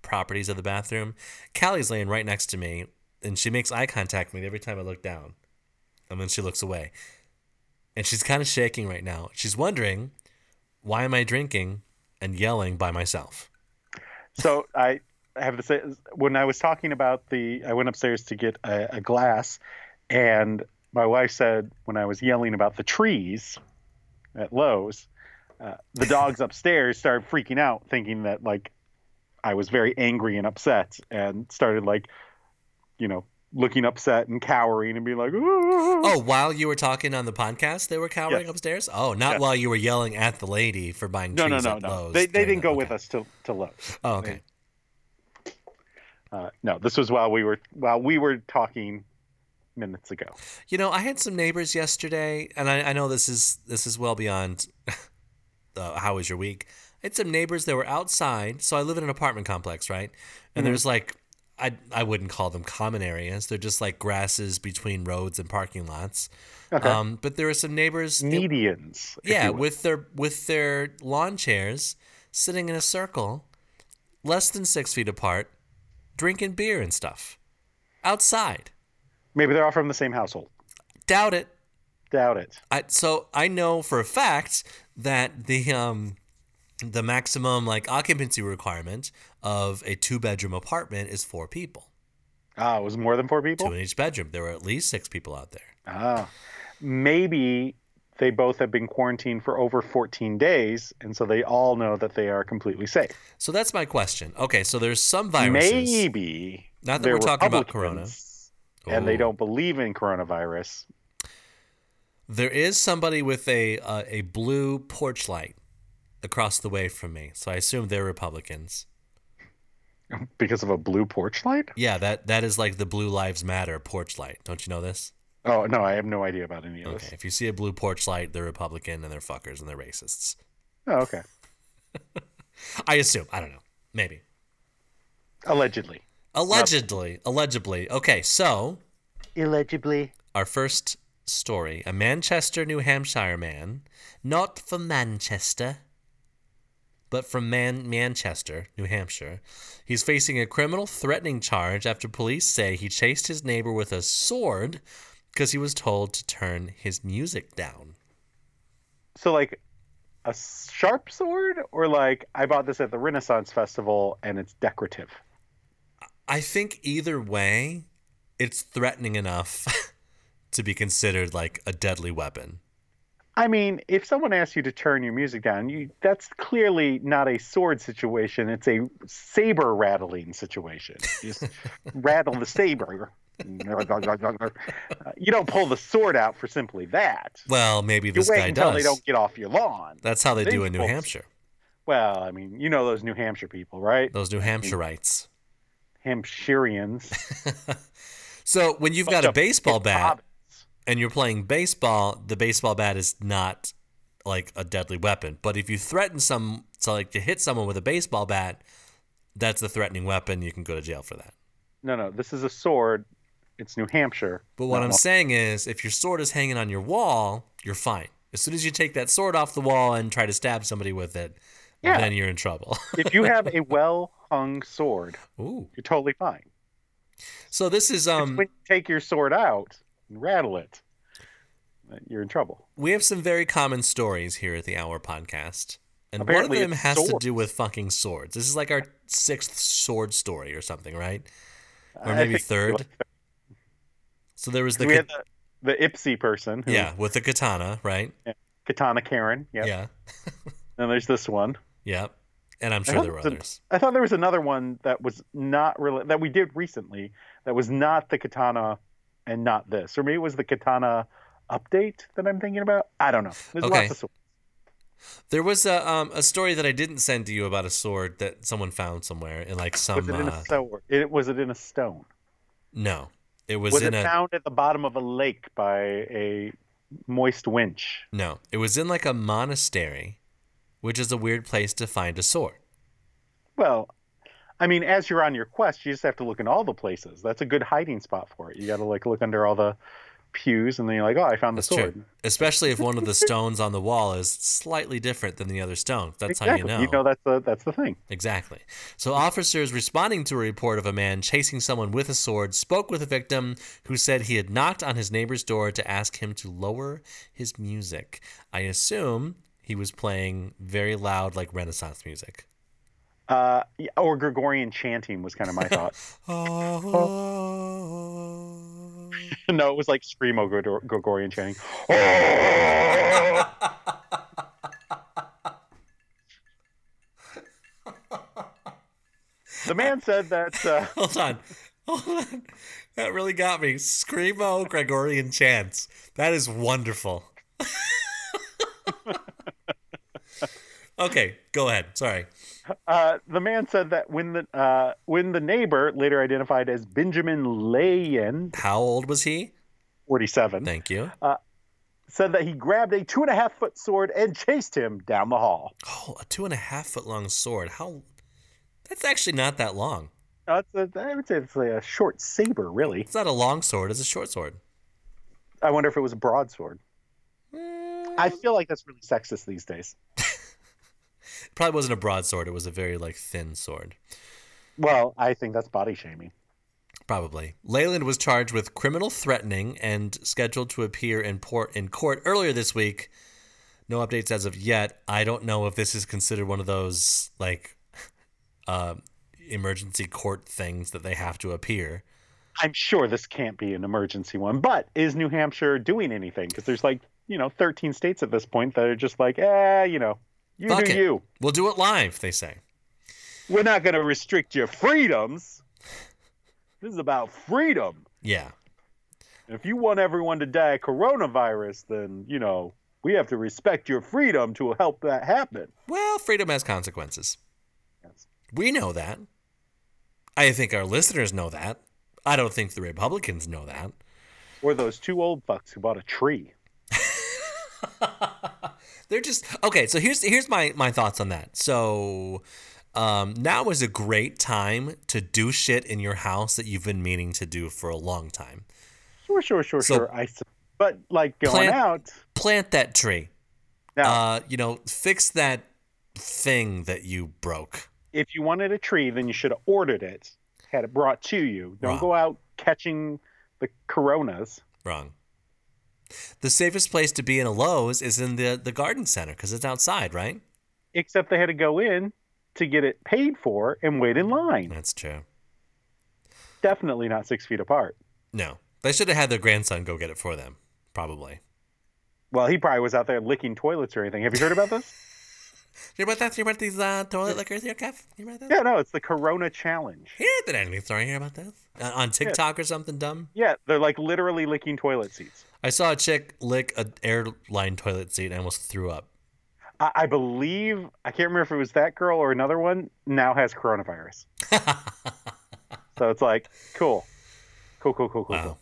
A: properties of the bathroom. Callie's laying right next to me, and she makes eye contact with me every time I look down, and then she looks away, and she's kind of shaking right now. She's wondering why am I drinking and yelling by myself.
B: so I have to say, when I was talking about the, I went upstairs to get a, a glass, and my wife said when I was yelling about the trees, at Lowe's, uh, the dogs upstairs started freaking out, thinking that like I was very angry and upset, and started like, you know, looking upset and cowering and being like, "Ooh."
A: Oh, while you were talking on the podcast, they were cowering
B: Yes.
A: upstairs. Oh, not
B: Yes.
A: while you were yelling at the lady for buying
B: no, no,
A: cheese
B: no,
A: at
B: no.
A: Lowe's
B: They they
A: during
B: didn't
A: the-
B: go with
A: okay.
B: us to to Lowe's.
A: Oh, okay.
B: Uh, no, this was while we were while we were talking minutes ago.
A: You know, I had some neighbors yesterday, and I, I know this is this is well beyond. uh, how was your week? I had some neighbors that were outside. So I live in an apartment complex, right?
B: Mm-hmm.
A: And there's like, I I wouldn't call them common areas. They're just like grasses between roads and parking lots.
B: Okay.
A: Um, but there are some neighbors.
B: Medians. if
A: yeah,
B: you will.
A: with their with their lawn chairs sitting in a circle, less than six feet apart, drinking beer and stuff, outside.
B: maybe they're all from the same household.
A: Doubt it.
B: Doubt it.
A: I, so I know for a fact that the um, the maximum like occupancy requirement of a two bedroom apartment is four people,
B: Ah, it was more than four
A: two
B: people.
A: in each bedroom. There were at least six people out there.
B: Ah, maybe they both have been quarantined for over 14 days, and so they all know that they are completely safe.
A: So that's my question. Okay, so there's some viruses.
B: Maybe
A: Not that
B: they're
A: we're talking about Oh.
B: Republicans, and they
A: Ooh.
B: don't believe in coronavirus.
A: There is somebody with a uh, a blue porch light across the way from me, so I assume they're Republicans.
B: Because of a blue porch light?
A: Yeah, that that is like the Blue Lives Matter porch light. Don't you know this?
B: Oh no, I have no idea about any of
A: Okay,
B: this.
A: if you see a blue porch light, they're Republican and they're fuckers and they're racists.
B: Oh, okay.
A: I assume. I don't know. Maybe.
B: Allegedly.
A: Allegedly. Allegedly. Okay, so
B: Illegibly.
A: our first story a Manchester, New Hampshire man, not from Manchester, but from Man- Manchester, New Hampshire. He's facing a criminal threatening charge after police say he chased his neighbor with a sword because he was told to turn his music down.
B: So like a sharp sword, or like I bought this at the Renaissance Festival and it's decorative.
A: I think either way, it's threatening enough to be considered like a deadly weapon.
B: I mean, if someone asks you to turn your music down, you that's clearly not a sword situation. It's a saber rattling situation. You just rattle the saber. Uh, you don't pull the sword out for simply that.
A: Well, maybe
B: You
A: this
B: wait
A: guy
B: until
A: does.
B: they don't get off your lawn.
A: That's how they
B: They
A: do in New
B: won't.
A: Hampshire.
B: Well, I mean, you know those New Hampshire people, right?
A: Those New
B: Mm.
A: Hampshireites.
B: Hampshireans.
A: So when you've got
B: Bunch
A: a
B: of
A: baseball bat
B: hobbits.
A: and you're playing baseball, the baseball bat is not like a deadly weapon. But if you threaten some so like to hit someone with a baseball bat, that's a threatening weapon. You can go to jail for that.
B: No, no, this is a sword. It's New Hampshire.
A: But what
B: Not
A: I'm
B: law-
A: saying is if your sword is hanging on your wall, you're fine. As soon as you take that sword off the wall and try to stab somebody with it,
B: Yeah.
A: then you're in trouble.
B: if you have a well hung sword,
A: Ooh.
B: you're totally fine.
A: So this is
B: It's
A: um
B: when you take your sword out and rattle it, that you're in trouble.
A: We have some very common stories here at the Hour Podcast. And
B: Apparently
A: one of them
B: it's
A: has to
B: swords.
A: do with fucking swords. This is like our sixth sword story or something, right? Or
B: I
A: maybe
B: think-
A: third. So there was the,
B: we
A: ka-
B: had the, the Ipsy person, who,
A: yeah, with the katana, right?
B: Katana Karen. Yep.
A: Yeah.
B: And there's this one.
A: Yep. And I'm sure
B: hope
A: there were
B: it's an-
A: others.
B: I thought there was another one that was not really that we did recently that was not the katana and not this. Or maybe it was the katana update that I'm thinking about. I don't know. There's
A: Okay.
B: lots of swords.
A: There was a um, a story that I didn't send to you about a sword that someone found somewhere in like some
B: Was it in
A: uh,
B: a sword? It was it in a stone?
A: no. It was,
B: Was,
A: in
B: it
A: a
B: found at the bottom of a lake by a moist winch?
A: no. It was in like a monastery, which is a weird place to find a sword.
B: Well, I mean, as you're on your quest, you just have to look in all the places. That's a good hiding spot for it. You got to like look under all the pews, and then you're like, oh, I found the
A: That's
B: sword.
A: true. Especially if one of the stones on the wall is slightly different than the other stone. That's
B: exactly.
A: how you know.
B: that's the that's the thing.
A: Exactly. So, officers responding to a report of a man chasing someone with a sword spoke with a victim who said he had knocked on his neighbor's door to ask him to lower his music. I assume he was playing very loud, like Renaissance music.
B: Uh, yeah, or Gregorian chanting was kind of my thought.
A: Oh.
B: no, it was like screamo Gregor- Gregorian chanting. The man said that. Uh,
A: Hold on. Hold on. That really got me. Screamo Gregorian chants. That is wonderful. okay, go ahead. Sorry.
B: uh, the man said that when the uh, when the neighbor, later identified as Benjamin Layen,
A: How old was he?
B: 47,
A: Thank you.
B: said that he grabbed a two and a half foot sword and chased him down the hall.
A: Oh, a two and a half foot long sword. How? That's actually not that long.
B: That's a, I would say it's a short saber, really.
A: It's not a long sword. It's a short sword.
B: I wonder if it was a broadsword.
A: Mm.
B: I feel like that's really sexist these days.
A: It probably wasn't a broadsword. It was a very like thin sword.
B: Well, I think that's body shaming.
A: Probably. Leyland was charged with criminal threatening and scheduled to appear in port in court earlier this week. No updates as of yet. I don't know if this is considered one of those like uh, emergency court things that they have to appear.
B: I'm sure this can't be an emergency one, but is New Hampshire doing anything? Because there's like, you know, 13 states at this point that are just like, eh, you know, you
A: Fuck
B: do
A: it.
B: you.
A: We'll do it live, they say.
B: We're not going to restrict your freedoms. This is about freedom.
A: Yeah.
B: If you want everyone to die of coronavirus, then, you know, we have to respect your freedom to help that happen.
A: Well, freedom has consequences.
B: Yes.
A: We know that. I think our listeners know that. I don't think the Republicans know that.
B: Or those two old fucks who bought a tree.
A: They're just okay. So here's here's my my thoughts on that. So um, now is a great time to do shit in your house that you've been meaning to do for a long time.
B: Sure, sure, sure,
A: So-
B: sure. I, s- but like going
A: Plant-
B: out
A: Plant that tree.
B: now,
A: Uh, you know, fix that thing that you broke.
B: if you wanted a tree, then you should have ordered it, had it brought to you. Don't
A: Wow.
B: go out catching the coronas.
A: Wrong. The safest place to be in a Lowe's is in the the garden center because it's outside, right?
B: Except they had to go in to get it paid for and wait in line.
A: That's true.
B: Definitely not six feet apart.
A: No, they should have had their grandson go get it for them. Probably.
B: Well, he probably was out there licking toilets or anything. Have you heard about this?
A: You about that? You about these uh, toilet liquors here, Kev? You about that?
B: yeah, no, it's the Corona challenge.
A: Here at the enemy story, hear about this uh, on TikTok or something dumb.
B: Yeah, they're like literally licking toilet seats.
A: I saw a chick lick an airline toilet seat and almost threw up.
B: I, I believe I can't remember if it was that girl or another one now has coronavirus. so it's like cool, cool, cool, cool, cool.
A: Wow.
B: cool.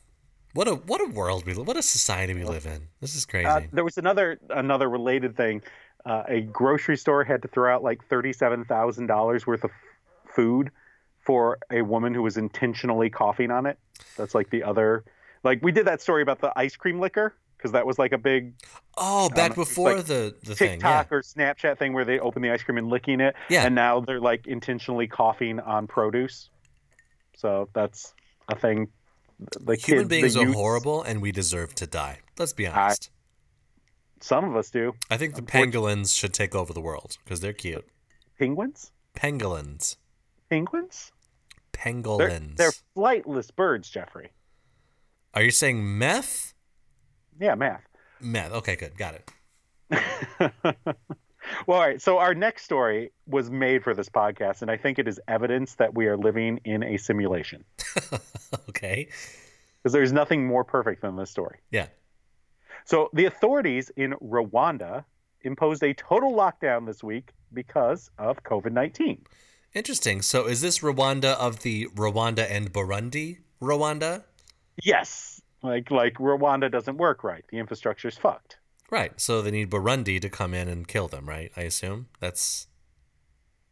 A: What a what a world we live. What a society we live in. This is crazy.
B: Uh, there was another another related thing. Uh, a grocery store had to throw out like thirty-seven thousand dollars worth of food for a woman who was intentionally coughing on it. That's like the other. Like we did that story about the ice cream liquor because that was like a big
A: oh, back
B: um,
A: before
B: like
A: the the thing. Yeah.
B: TikTok or Snapchat thing where they open the ice cream and licking it,
A: Yeah.
B: and now they're like intentionally coughing on produce. So that's a thing. The
A: Human
B: kids,
A: beings
B: the
A: are
B: youths-
A: horrible, and we deserve to die. Let's be honest.
B: Some of us do.
A: I think the pangolins should take over the world because they're cute.
B: Penguins,
A: Pangolins.
B: penguins. They're,
A: Pangolins.
B: they're flightless birds, Jeffrey.
A: Are you saying meth?
B: Yeah, math.
A: Meth. Okay, good. Got it.
B: Well, all right. So our next story was made for this podcast, and I think it is evidence that we are living in a simulation
A: Okay.
B: because there's nothing more perfect than this story.
A: Yeah.
B: So the authorities in Rwanda imposed a total lockdown this week because of COVID 19.
A: Interesting. So is this Rwanda of the Rwanda and Burundi Rwanda?
B: Yes. Like, like Rwanda doesn't work right. The infrastructure's fucked.
A: Right. So they need Burundi to come in and kill them, right? I assume that's.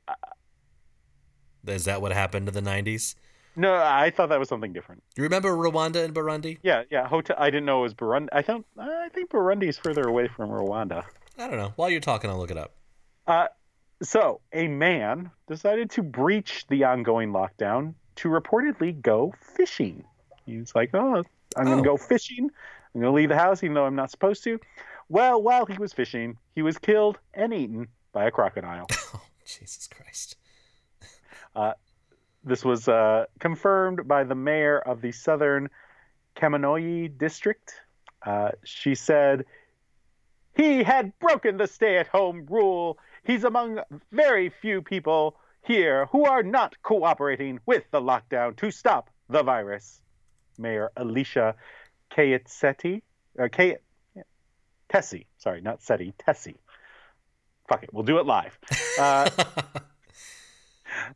A: uh, Is that what happened in the 90s?
B: No, I thought that was something different.
A: You remember Rwanda and Burundi?
B: Yeah, yeah. Hotel. I didn't know it was Burundi. I don't. I think Burundi's further away from Rwanda.
A: I don't know. While you're talking, I'll look it up.
B: Uh, so, a man decided to breach the ongoing lockdown to reportedly go fishing. He was like, Oh, I'm going
A: Oh.
B: to go fishing. I'm going to leave the house, even though I'm not supposed to. Well, while he was fishing, he was killed and eaten by a crocodile.
A: Oh, Jesus Christ.
B: this was uh, confirmed by the mayor of the southern Kaminoyi district. Uh, she said, He had broken the stay at home rule. He's among very few people here who are not cooperating with the lockdown to stop the virus. Mayor Alicia Kayetsetti, or Kay, yeah, Tessie, sorry, not Seti, Tessie. Fuck it, we'll do it live. Uh,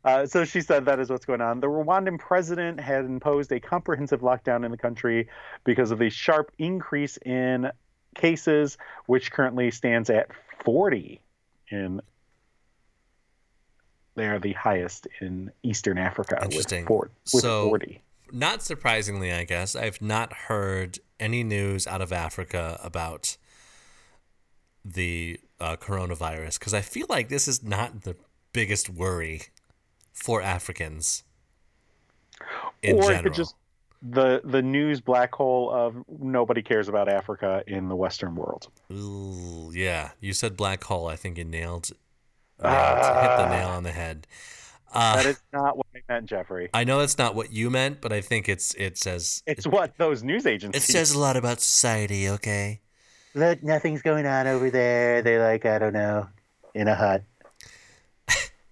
B: Uh, so she said that is what's going on. The Rwandan president had imposed a comprehensive lockdown in the country because of the sharp increase in cases, which currently stands at 40. And they are the highest in Eastern Africa
A: Interesting.
B: with, four, with
A: So-
B: 40.
A: not surprisingly, I guess, I've not heard any news out of Africa about the uh, coronavirus because I feel like this is not the biggest worry for Africans in
B: or it
A: general.
B: could just the the news black hole of nobody cares about Africa in the Western world.
A: Ooh, yeah, you said black hole. I think you nailed, nailed hit the
B: Ah.
A: nail on the head. Uh,
B: That is not what I meant, Jeffrey.
A: I know that's not what you meant, but I think it's it says
B: It's what those news
A: it
B: agencies.
A: says a lot about society. Okay.
B: Look, nothing's going on over there. They're like, I don't know, in a hut.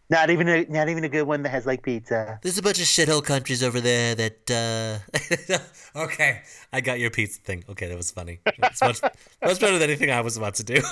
B: not even a not even a good one that has like pizza.
A: There's a bunch of shithole countries over there that. Uh... okay, I got your pizza thing. Okay, that was funny. That's much, much better than anything I was about to do.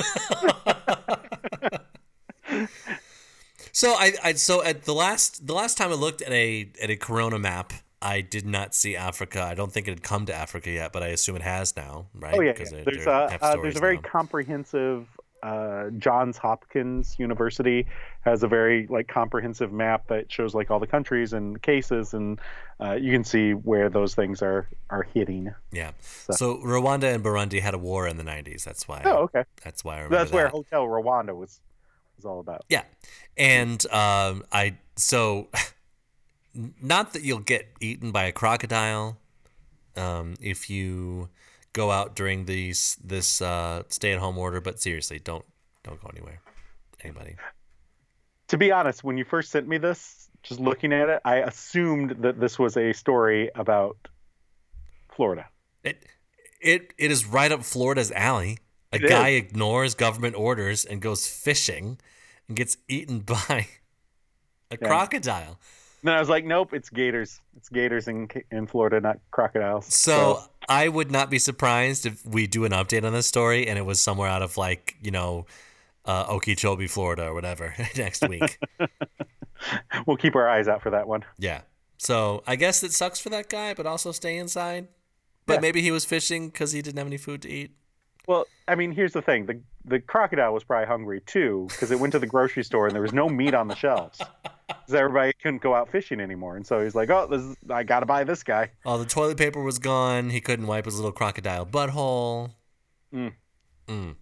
A: so I, I so at the last the last time I looked at a at a Corona map, I did not see Africa. I don't think it had come to Africa yet, but I assume it has now, right?
B: Oh yeah,
A: 'Cause
B: yeah.
A: they-
B: there's
A: they
B: a
A: have
B: uh,
A: stories
B: there's a very
A: now.
B: comprehensive. Uh, Johns Hopkins University has a very like comprehensive map that shows like all the countries and cases, and uh, you can see where those things are are hitting.
A: yeah. So Rwanda and Burundi had a war in the 90s. That's why.
B: Oh, okay.
A: That's why I remember
B: That's where
A: that.
B: Hotel Rwanda was was all about.
A: Yeah, and um, I so not that you'll get eaten by a crocodile um, if you go out during these this uh, stay at home order, but seriously, don't don't go anywhere, anybody.
B: to be honest, when you first sent me this, just looking at it, I assumed that this was a story about Florida.
A: It it it is right up Florida's alley. A
B: It is.
A: guy ignores government orders and goes fishing, and gets eaten by a
B: Yeah.
A: crocodile.
B: And then I was like, nope, it's gators. It's gators in in Florida, not crocodiles.
A: So I would not be surprised if we do an update on this story and it was somewhere out of like, you know, uh, Okeechobee, Florida or whatever next week.
B: So we'll keep our eyes out for that one.
A: yeah. So I guess it sucks for that guy, but also stay inside. But
B: Yeah.
A: maybe he was fishing because he didn't have any food to eat.
B: Well, I mean, here's the thing: the the crocodile was probably hungry too because it went to the grocery store and there was no meat on the shelves. Because everybody couldn't go out fishing anymore, and so he's like, "Oh, this is, I gotta buy this guy."
A: All the toilet paper was gone. He couldn't wipe his little crocodile butthole.
B: Mm.
A: Mm.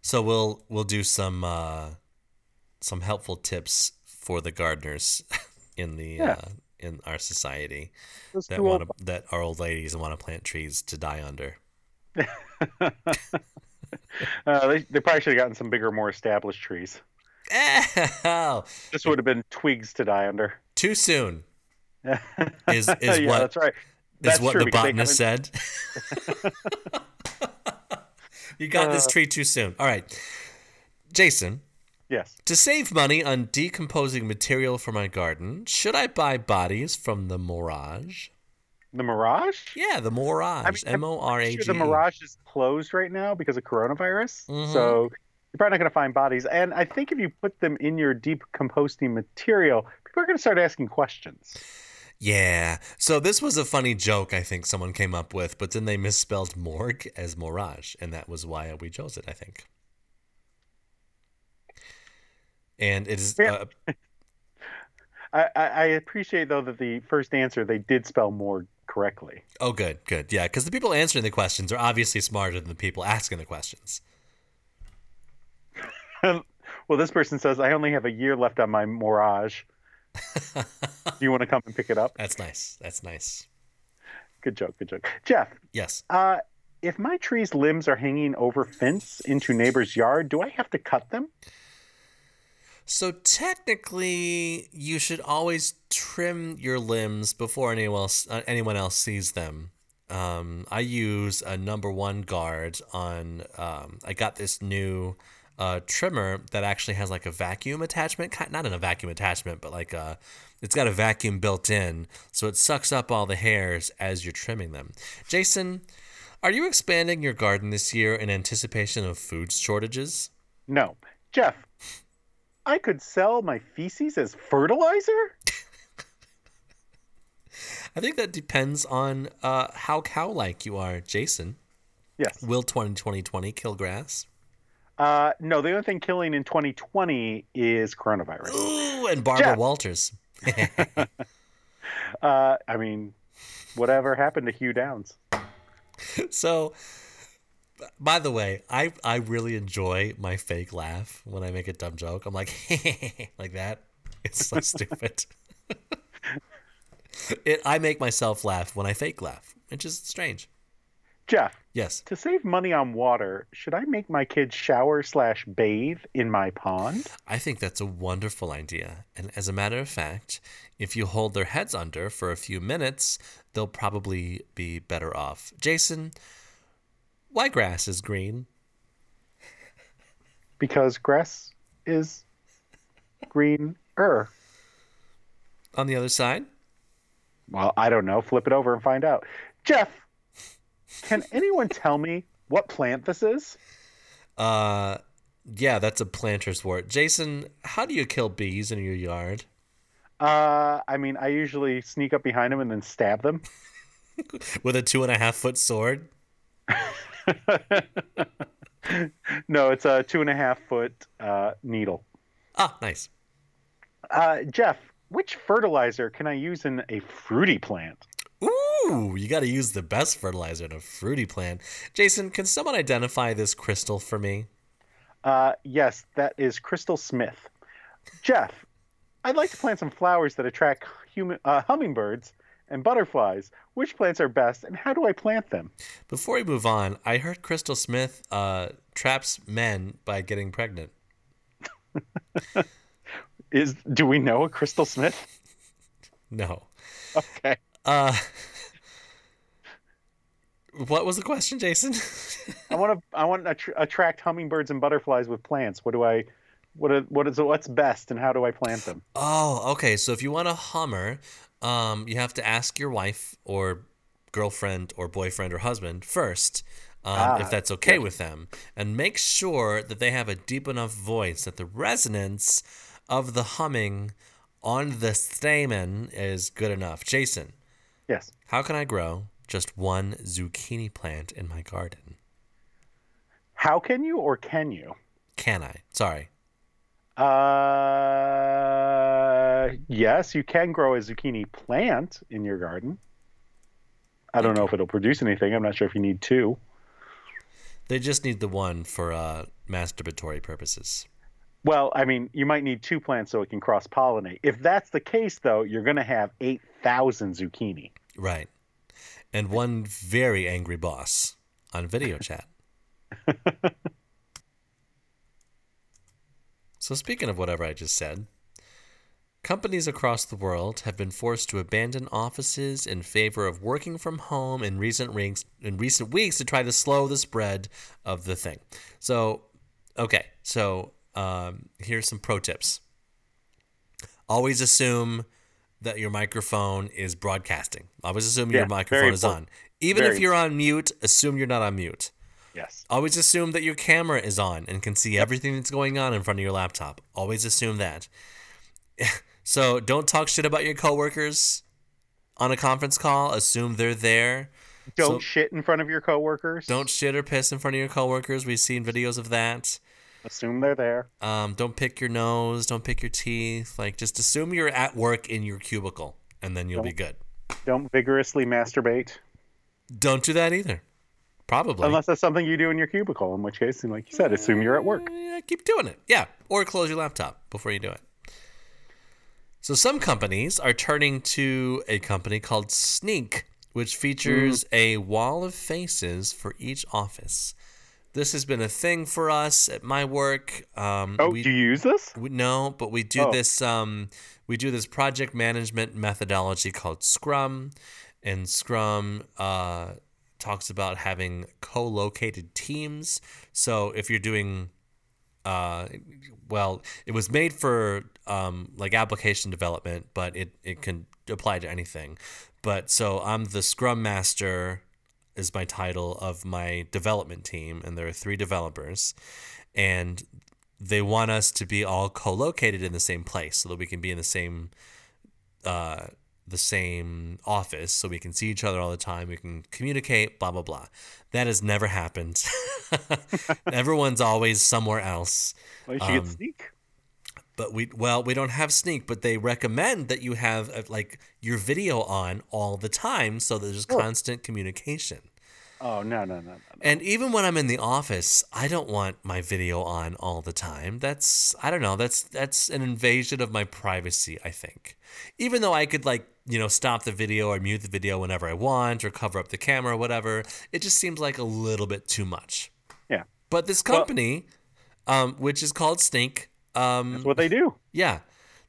A: So we'll we'll do some uh, some helpful tips for the gardeners in the
B: Yeah.
A: uh, in our society
B: Those
A: that
B: two old
A: want to, that are old ladies and want to plant trees to die under.
B: uh, they, they probably should have gotten some bigger, more established trees.
A: Ow!
B: This would have been twigs to die under.
A: Too soon
B: is
A: is is
B: yeah,
A: what
B: that's right.
A: is
B: That's
A: what the
B: true, because they
A: botanist said. you got this
B: Uh.
A: tree too soon. All right, Jason.
B: Yes.
A: To save money on decomposing material for my garden, should I buy bodies from the Mirage?
B: The Mirage?
A: Yeah, the Mirage.
B: I'm
A: M O R A
B: Sure,
A: G.
B: the
A: E.
B: Mirage is closed right now because of coronavirus.
A: Mhm.
B: So you're probably not going to find bodies. And I think if you put them in your deep composting material, people are going to start asking questions.
A: Yeah. So this was a funny joke I think someone came up with, but then they misspelled morgue as mirage, and that was why we chose it, I think. And it is
B: Yeah.
A: uh,
B: I, I, I appreciate, though, that the first answer, they did spell morgue correctly.
A: oh good, good. Yeah, cuz the people answering the questions are obviously smarter than the people asking the questions.
B: well, this person says, I only have a year left on my Mirage. Do you want to come and pick it up?
A: That's nice. That's nice.
B: Good joke. Good joke. Jeff,
A: Yes.
B: uh, if my tree's limbs are hanging over fence into neighbor's yard, do I have to cut them?
A: So technically, you should always trim your limbs before anyone else uh, anyone else sees them. Um, I use a number one guard on. Um, I got this new uh, trimmer that actually has like a vacuum attachment, ki- not in a vacuum attachment, but like a, it's got a vacuum built in, so it sucks up all the hairs as you're trimming them. Jason, are you expanding your garden this year in anticipation of food shortages?
B: No. Jeff, I could sell my feces as fertilizer?
A: I think that depends on uh, how cow like you are, Jason.
B: Yes.
A: Will 2020 kill grass?
B: Uh, no, the only thing killing in 2020 is coronavirus.
A: Ooh, and Barbara
B: Jeff.
A: Walters.
B: Uh, I mean, whatever happened to Hugh Downs?
A: So, b- by the way, I, I really enjoy my fake laugh when I make a dumb joke. I'm like, like that. It's so stupid. it, I make myself laugh when I fake laugh, which is strange.
B: Jeff,
A: Yes.
B: to save money on water, should I make my kids shower slash bathe in my pond?
A: I think that's a wonderful idea. And as a matter of fact, if you hold their heads under for a few minutes, they'll probably be better off. Jason, why grass is green?
B: Because grass is greener.
A: On the other side?
B: Well, I don't know. Flip it over and find out. Jeff, can anyone tell me what plant this is?
A: Uh yeah, that's a planter's wart. Jason, how do you kill bees in your yard?
B: Uh, I mean, I usually sneak up behind them and then stab them.
A: With a two and a half foot sword?
B: No, it's a two and a half foot uh, needle.
A: Ah, nice.
B: Uh, Jeff, which fertilizer can I use in a fruity plant?
A: Ooh, you got to use the best fertilizer in a fruity plant. Jason, can someone identify this crystal for me?
B: Uh, yes, that is Crystal Smith. Jeff, I'd like to plant some flowers that attract human uh, hummingbirds and butterflies. Which plants are best, and how do I plant them?
A: Before we move on, I heard Crystal Smith uh, traps men by getting pregnant.
B: Is do we know a Crystal Smith?
A: No.
B: Okay.
A: Uh, what was the question, Jason?
B: I want to I want to attr- attract hummingbirds and butterflies with plants. What do I what are, what is what's best and how do I plant them?
A: oh, okay. So if you want a Hummer, um, you have to ask your wife or girlfriend or boyfriend or husband first um,
B: Ah,
A: if that's okay with them, and make sure that they have a deep enough voice that the resonance of the humming on the stamen is good enough. Jason.
B: Yes.
A: How can I grow just one zucchini plant in my garden?
B: How can you or can you?
A: Can I? Sorry.
B: Uh yes, you can grow a zucchini plant in your garden. I don't know if it'll produce anything. I'm not sure if you need two.
A: They just need the one for uh, masturbatory purposes.
B: Well, I mean, you might need two plants so it can cross pollinate. If that's the case, though, you're going to have 8,000 zucchini.
A: Right. And one very angry boss on video chat. so, speaking of whatever I just said, companies across the world have been forced to abandon offices in favor of working from home in recent, rings, in recent weeks to try to slow the spread of the thing. So, okay, so um, here's some pro tips. Always assume that your microphone is broadcasting. Always assume
B: Yeah,
A: your microphone
B: very
A: is on.
B: important.
A: Even
B: Very
A: if you're on mute, assume you're not on mute.
B: Yes.
A: Always assume that your camera is on and can see everything that's going on in front of your laptop. Always assume that. so don't talk shit about your coworkers on a conference call. Assume they're there.
B: Don't
A: So-
B: shit in front of your coworkers.
A: Don't shit or piss in front of your coworkers. We've seen videos of that.
B: assume they're there.
A: Um, don't pick your nose. Don't pick your teeth. Like just assume you're at work in your cubicle, and then you'll be good.
B: Don't vigorously masturbate.
A: Don't do that either. Probably.
B: Unless that's something you do in your cubicle, in which case, like you said, assume you're at work.
A: Yeah, keep doing it. Yeah, or close your laptop before you do it. So some companies are turning to a company called Sneak, which features a wall of faces for each office. This has been a thing for us at my work. Um,
B: Oh,
A: we,
B: do you use this?
A: we- no, but we do
B: Oh.
A: this. Um, we do this project management methodology called Scrum, and Scrum uh, talks about having co-located teams. So if you're doing uh, well, it was made for um, like application development, but it, it can apply to anything. But so I'm the Scrum Master, is my title of my development team, and there are three developers, and they want us to be all co-located in the same place so that we can be in the same uh, the same office so we can see each other all the time we can communicate blah blah blah that has never happened everyone's always somewhere else
B: At least you
A: Um,
B: get sneak.
A: but we well we don't have sneak but they recommend that you have uh, like your video on all the time so that there's constant communication
B: Oh no no no no. no.
A: and even when i'm in the office i don't want my video on all the time that's i don't know that's that's an invasion of my privacy i think even though i could like you know stop the video or mute the video whenever i want or cover up the camera or whatever it just seems like a little bit too much
B: Yeah.
A: but this
B: Well-
A: company um, which is called Sneak, um,
B: That's what they do.
A: yeah.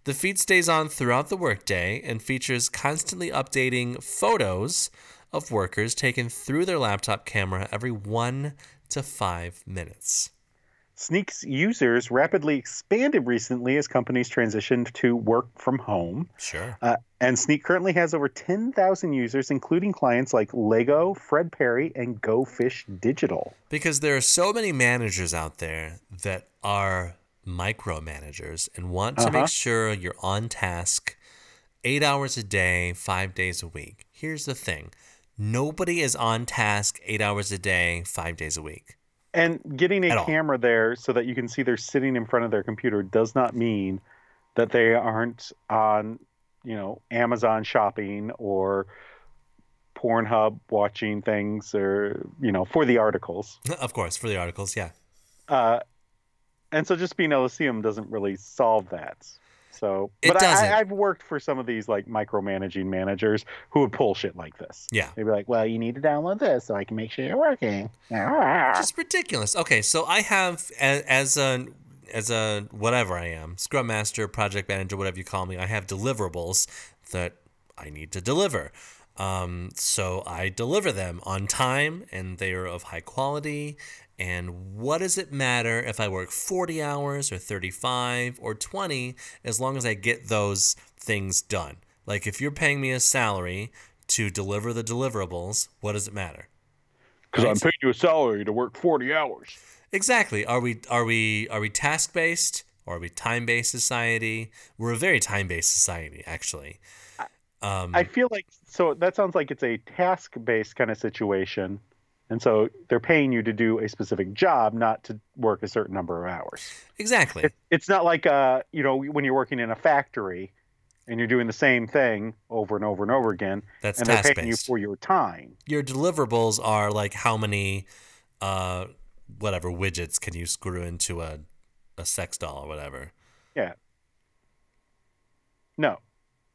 A: The feed stays on throughout the workday and features constantly updating photos of workers taken through their laptop camera every one to five minutes.
B: Sneak's users rapidly expanded recently as companies transitioned to work from home.
A: Sure.
B: Uh, and Sneak currently has over 10,000 users, including clients like Lego, Fred Perry, and Go Fish Digital.
A: Because there are so many managers out there that are micromanagers and want to
B: Uh-huh.
A: make sure you're on task eight hours a day, five days a week. Here's the thing nobody is on task eight hours a day, five days a week.
B: And getting
A: At
B: a
A: all.
B: camera there so that you can see they're sitting in front of their computer does not mean that they aren't on, you know, Amazon shopping or Pornhub watching things or, you know, for the articles.
A: of course, for the articles, yeah.
B: Uh, and so just being able to see them doesn't really solve that. So,
A: It
B: but I,
A: doesn't.
B: I, I've worked for some of these like micromanaging managers who would pull shit like this.
A: Yeah.
B: They'd be like, well, you need to download this so I can make sure you're working.
A: just ridiculous. Okay, so I have as, as a as a whatever I am, scrum master, project manager, whatever you call me, I have deliverables that I need to deliver. Um, so I deliver them on time and they are of high quality. And what does it matter if I work 40 hours or 35 or 20 as long as I get those things done? Like if you're paying me a salary to deliver the deliverables, what does it matter?
B: Because I'm paying you a salary to work 40 hours.
A: Exactly. Are we are we are we task based? Or are we time based society? We're a very time based society, actually. Um,
B: I feel like so that sounds like it's a task based kind of situation. And so they're paying you to do a specific job, not to work a certain number of hours.
A: exactly.
B: It- It's not like uh, you know, when you're working in a factory and you're doing the same thing over and over and over again,
A: That's
B: and they're
A: task
B: paying you
A: based.
B: for your time.
A: Your deliverables are like how many, uh, whatever widgets can you screw into a, a sex doll or whatever.
B: No.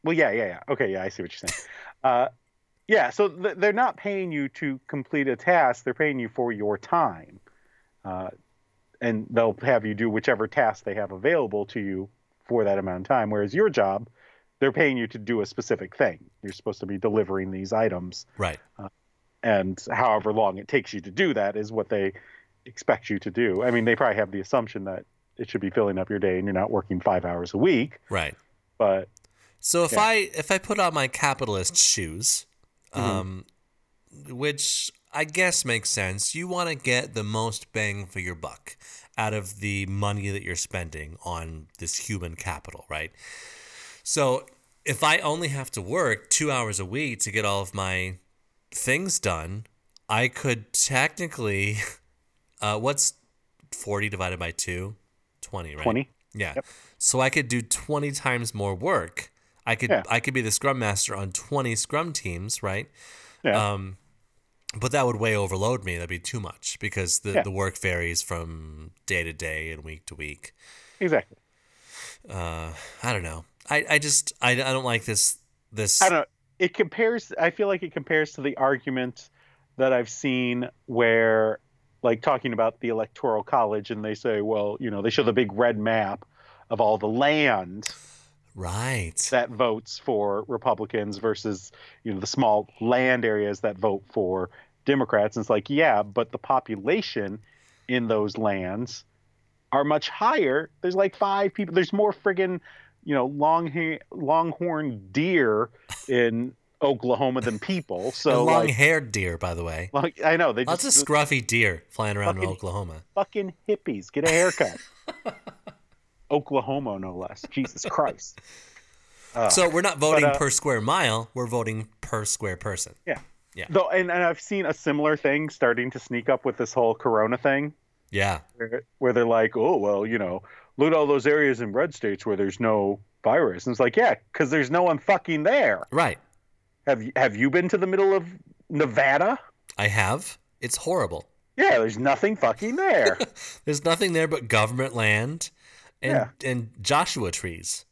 B: Well, yeah, yeah, yeah. Okay, yeah, I see what you're saying. Uh, yeah, so th- they're not paying you to complete a task; they're paying you for your time, uh, and they'll have you do whichever task they have available to you for that amount of time. Whereas your job, they're paying you to do a specific thing. You're supposed to be delivering these items,
A: Right.
B: and however long it takes you to do that is what they expect you to do. I mean, they probably have the assumption that it should be filling up your day, and you're not working five hours a week,
A: Right.
B: but
A: So if
B: Yeah.
A: I if I put on my capitalist shoes, um, which I guess makes sense, you want to get the most bang for your buck out of the money that you're spending on this human capital, right? So if I only have to work two hours a week to get all of my things done, I could technically, uh, what's forty divided by two? Twenty, right?
B: twenty.
A: Yeah. So I could do 20 times more work. I could
B: Yeah.
A: I could be the scrum master on 20 scrum teams, right?
B: Yeah.
A: Um but that would way overload me. That'd be too much because the,
B: Yeah.
A: the work varies from day to day and week to week.
B: Exactly.
A: Uh, I don't know. I, I just I, I don't like this this
B: I don't know. It compares. I feel like it compares to the argument that I've seen where, like talking about the electoral college and they say well you know they show the big red map of all the land
A: Right.
B: that votes for Republicans versus you know the small land areas that vote for Democrats. And it's like, yeah, but the population in those lands are much higher. There's like five people. There's more friggin' you know long ha- longhorn deer in Oklahoma than people. So
A: and long
B: like,
A: haired deer, by the way.
B: long, I know they
A: Lots
B: just
A: of scruffy deer flying around in
B: Fucking-
A: Oklahoma.
B: fucking hippies get a haircut. Oklahoma, no less. Jesus Christ. Uh,
A: So we're not voting
B: uh,
A: per square mile, we're voting per square person.
B: Though, and, and I've seen a similar thing starting to sneak up with this whole Corona thing,
A: Yeah.
B: where, where they're like, "Oh well, you know, loot all those areas in red states where there's no virus." And it's like, yeah, because there's no one fucking there.
A: Right.
B: Have you have you been to the middle of Nevada?
A: I have. It's horrible.
B: Yeah, there's nothing fucking there.
A: There's nothing there but government land and and Joshua trees.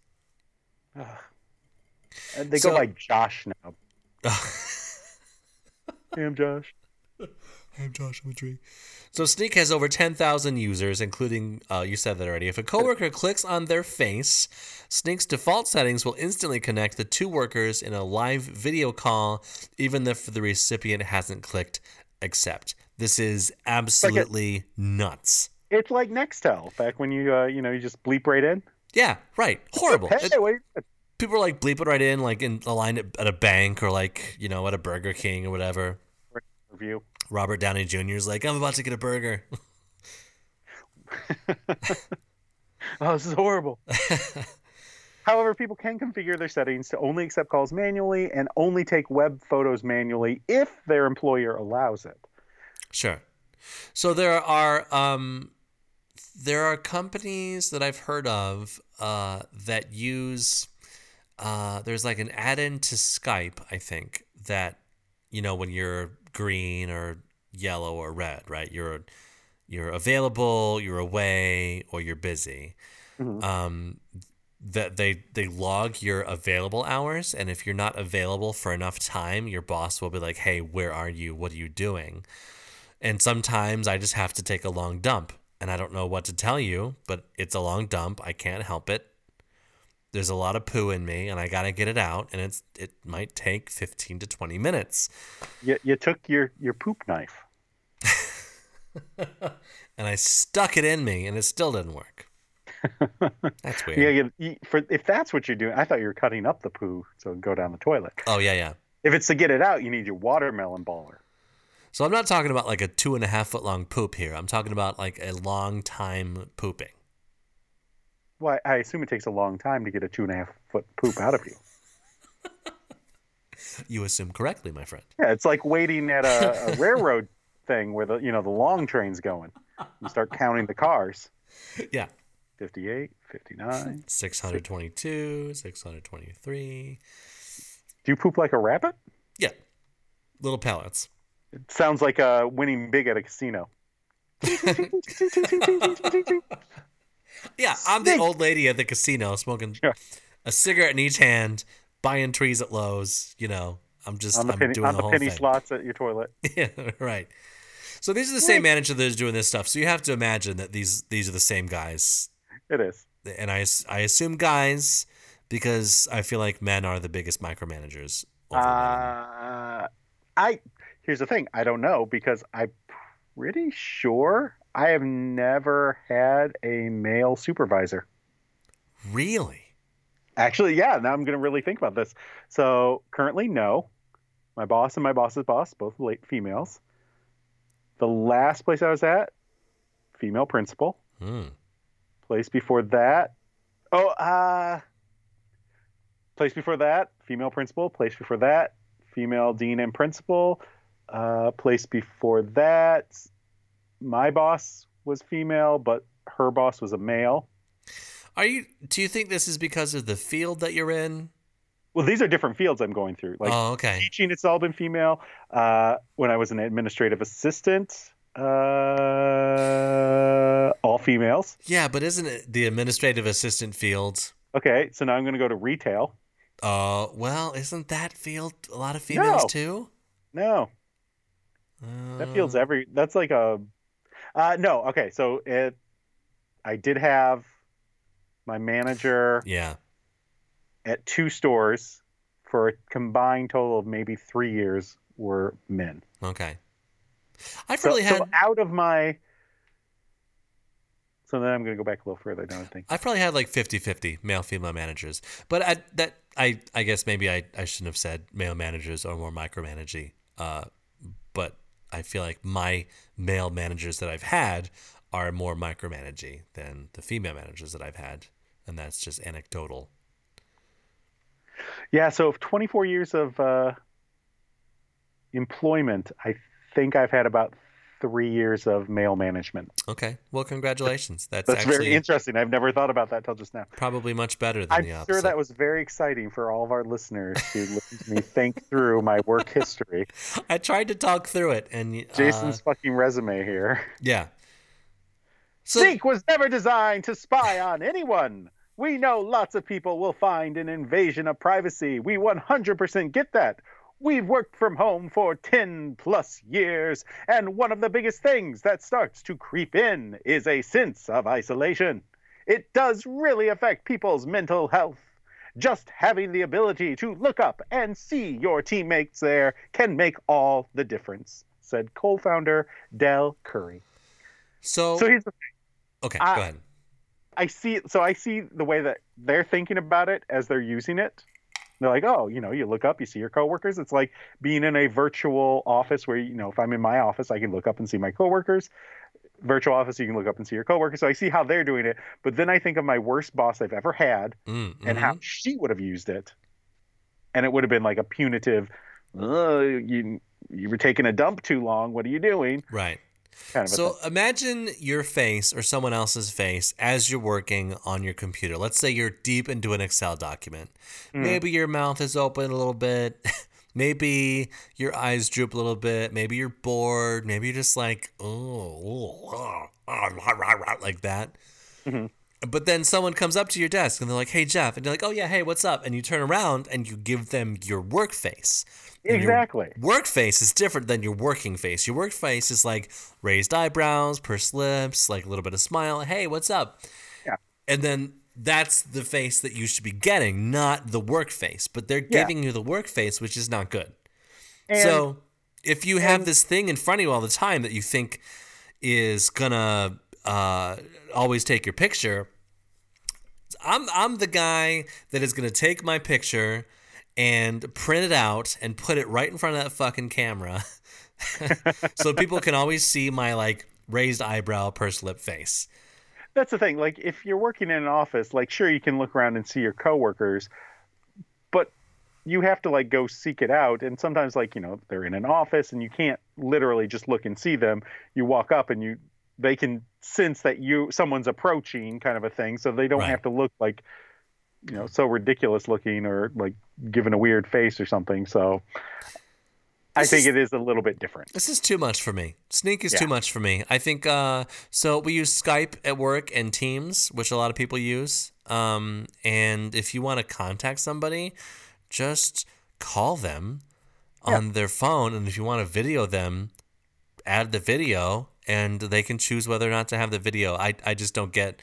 B: Ugh. And they
A: So-
B: go by Josh now. Hey, I'm Josh.
A: I'm Joshua Tree. So Sneak has over 10,000 users, including, uh, you said that already. If a coworker clicks on their face, Sneak's default settings will instantly connect the two workers in a live video call, even if the recipient hasn't clicked accept. This is absolutely nuts.
B: It's like Nextel back when you uh, you know you just bleep right in.
A: Yeah, right. Horrible.
B: Hey,
A: It-
B: what are you-
A: people are like bleeping right in, like in a line at, at a bank or like, you know, at a Burger King or whatever.
B: review?
A: Robert Downey Jr. is like, I'm about to get a burger.
B: Oh, this is horrible. However, people can configure their settings to only accept calls manually and only take web photos manually if their employer allows it.
A: Sure. So there are um, there are companies that I've heard of uh, that use uh, there's like an add-in to Skype, I think that you know when you're green or yellow or red, right? You're you're available, you're away, or you're busy.
B: Mhm.
A: Um, that they they log your available hours, and if you're not available for enough time, your boss will be like, "Hey, where are you? What are you doing?" And sometimes I just have to take a long dump and I don't know what to tell you, but it's a long dump. I can't help it. There's a lot of poo in me and I got to get it out and it's it might take 15 to 20 minutes.
B: You, you took your, your poop knife.
A: And I stuck it in me and it still didn't work. That's weird.
B: Yeah, you, you, for, if that's what you're doing, I thought you were cutting up the poo so it would go down the toilet.
A: Oh yeah, yeah.
B: If it's to get it out, you need your watermelon baller.
A: So I'm not talking about like a two and a half foot long poop here. I'm talking about like a long time pooping.
B: Well, I I assume it takes a long time to get a two and a half foot poop out of you.
A: You assume correctly, my friend.
B: Yeah, it's like waiting at a, a railroad thing where the you know the long train's going. You start counting the cars.
A: Yeah.
B: 58, 59.
A: 622, 623.
B: Do you poop like a rabbit?
A: Yeah. Little pellets.
B: It sounds like uh, winning big at a casino.
A: Yeah, I'm the
B: Snake.
A: old lady at the casino smoking
B: Sure.
A: a cigarette in each hand, buying trees at Lowe's. You know, I'm just
B: on the
A: I'm
B: penny,
A: doing
B: on
A: the
B: the
A: whole
B: penny
A: thing.
B: slots at your toilet.
A: yeah, right. So these are the same manager that's doing this stuff. So you have to imagine that these these are the same guys,
B: It is.
A: and I as- I assume guys because I feel like men are the biggest micromanagers. over women.
B: Uh, I here's the thing. I don't know because I'm pretty sure I have never had a male supervisor.
A: really?
B: Actually, yeah. Now I'm going to really think about this. So currently, no. My boss and my boss's boss, both late females. The last place I was at, female principal.
A: Hmm.
B: Place before that. Oh, uh place before that, female principal. Place before that, female dean and principal. Uh, place before that, my boss was female, but her boss was a male.
A: Are you? Do you think this is because of the field that you're in?
B: Well, these are different fields I'm going through. Like
A: oh, okay.
B: teaching, it's all been female. Uh, when I was an administrative assistant, uh, all females.
A: Yeah, but isn't it the administrative assistant field?
B: Okay, so now I'm going to go to retail.
A: Uh, well, isn't that field a lot of females
B: No.
A: too? Hmm. Um,
B: No, That feels every. That's like a. Uh, no, okay. So it, I did have my manager
A: Yeah.
B: at two stores for a combined total of maybe three years were men.
A: Okay. I've
B: So,
A: really had
B: so out of my. So then I'm going to go back a little further. Now I think.
A: I've probably had like 50-50 male female managers. But I that I I guess maybe I, I shouldn't have said male managers are more micromanaging. Uh but I feel like my male managers that I've had are more micromanaging than the female managers that I've had. And that's just anecdotal.
B: Yeah, so of 24 years of uh, employment, I think I've had about three years of mail management.
A: Okay. Well, congratulations. That's,
B: That's
A: actually
B: very interesting. I've never thought about that till just now.
A: probably much better than
B: I'm
A: the opposite.
B: sure that was very exciting for all of our listeners to listen to me think through my work history.
A: I tried to talk through it, and uh,
B: Jason's fucking resume here.
A: yeah. So
B: Seek was never designed to spy on anyone. We know lots of people will find an invasion of privacy. We 100% get that. We've worked from home for 10 plus years, and one of the biggest things that starts to creep in is a sense of isolation. It does really affect people's mental health. Just having the ability to look up and see your teammates there can make all the difference, said co founder Dell Curry.
A: so,
B: So here's the
A: okay,
B: I-
A: go ahead.
B: I see so I see the way that they're thinking about it as they're using it. They're like, oh, you know, you look up, you see your coworkers. It's like being in a virtual office where, you know, if I'm in my office, I can look up and see my coworkers. Virtual office, you can look up and see your coworkers. So I see how they're doing it. But then I think of my worst boss I've ever had
A: Mm,
B: and
A: mhm.
B: how she would have used it. And it would have been like a punitive, oh, you, you were taking a dump too long. What are you doing?
A: mm-hmm, right.
B: Kind of a
A: So
B: thing.
A: imagine your face or someone else's face as you're working on your computer. Let's say you're deep into an Excel document.
B: Mm.
A: Maybe your mouth is open a little bit. Maybe your eyes droop a little bit. Maybe you're bored. Maybe you're just like, oh, oh, oh, ah, rah, rah, rah," like that.
B: Mhm.
A: But then someone comes up to your desk and they're like, hey, Jeff. And you're like, oh, yeah, hey, what's up? And you turn around and you give them your work face. And your
B: Exactly.
A: work face is different than your working face. Your work face is like raised eyebrows, pursed lips, like a little bit of smile. Hey, what's up?
B: Yeah.
A: And then that's the face that you should be getting, not the work face. But they're
B: Yeah.
A: giving you the work face, which is not good.
B: And
A: so if you have
B: and-
A: this thing in front of you all the time that you think is gonna uh, always take your picture, I'm I'm the guy that is gonna take my picture and print it out and put it right in front of that fucking camera, so people can always see my like raised eyebrow, pursed lip face.
B: that's the thing like if you're working in an office like sure you can look around and see your coworkers but you have to like go seek it out and sometimes like you know they're in an office and you can't literally just look and see them you walk up and you they can sense that you someone's approaching kind of a thing so they don't
A: Right.
B: have to look like you know so ridiculous looking or like giving a weird face or something so i
A: This
B: think
A: is-
B: it is a little bit different
A: This is too much for me. Sneak is too
B: Yeah.
A: much for me. I think uh, so. We use Skype at work and Teams, which a lot of people use. Um, and if you want to contact somebody, just call them on their phone. And if you want to video them, add the video, and they can choose whether or not to have the video. I, I just don't get,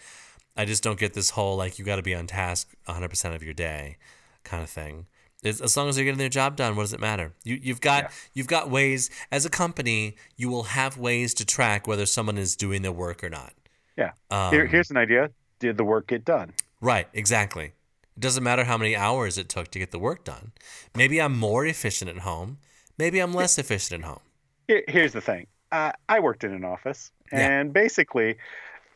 A: I just don't get this whole like you got to be on task 100 percent of your day kind of thing. It's, as long as they're getting their job done, what does it matter? You, you've got
B: Yeah.
A: you've got ways as a company, you will have ways to track whether someone is doing their work or not.
B: Yeah.
A: Um,
B: Here, here's an idea did the work get done
A: Right, exactly. It doesn't matter how many hours it took to get the work done. Maybe I'm more efficient at home. Maybe I'm less efficient at home.
B: Here, here's the thing. Uh, I worked in an office,
A: Yeah.
B: and basically,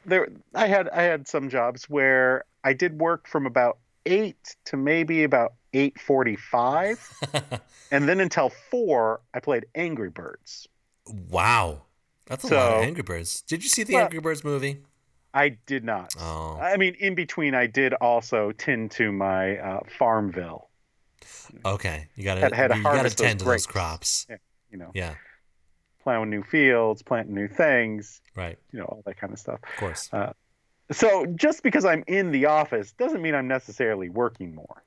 B: there I had I had some jobs where I did work from about eight to maybe about eight forty-five, and then until four, I played Angry Birds.
A: wow. That's a lot of
B: So-
A: Angry Birds. Did you see the
B: Well-
A: Angry Birds movie?
B: I did not.
A: Oh.
B: I mean, in between, I did also tend to my uh, Farmville.
A: Okay. You gotta
B: Had- had to
A: you gotta
B: harvest those
A: tend to those
B: grapes.
A: crops.
B: You know,
A: Yeah.
B: plowing new fields, planting new things.
A: Right.
B: You know, all that kind of stuff.
A: Of course.
B: So just because I'm in the office doesn't mean I'm necessarily working more.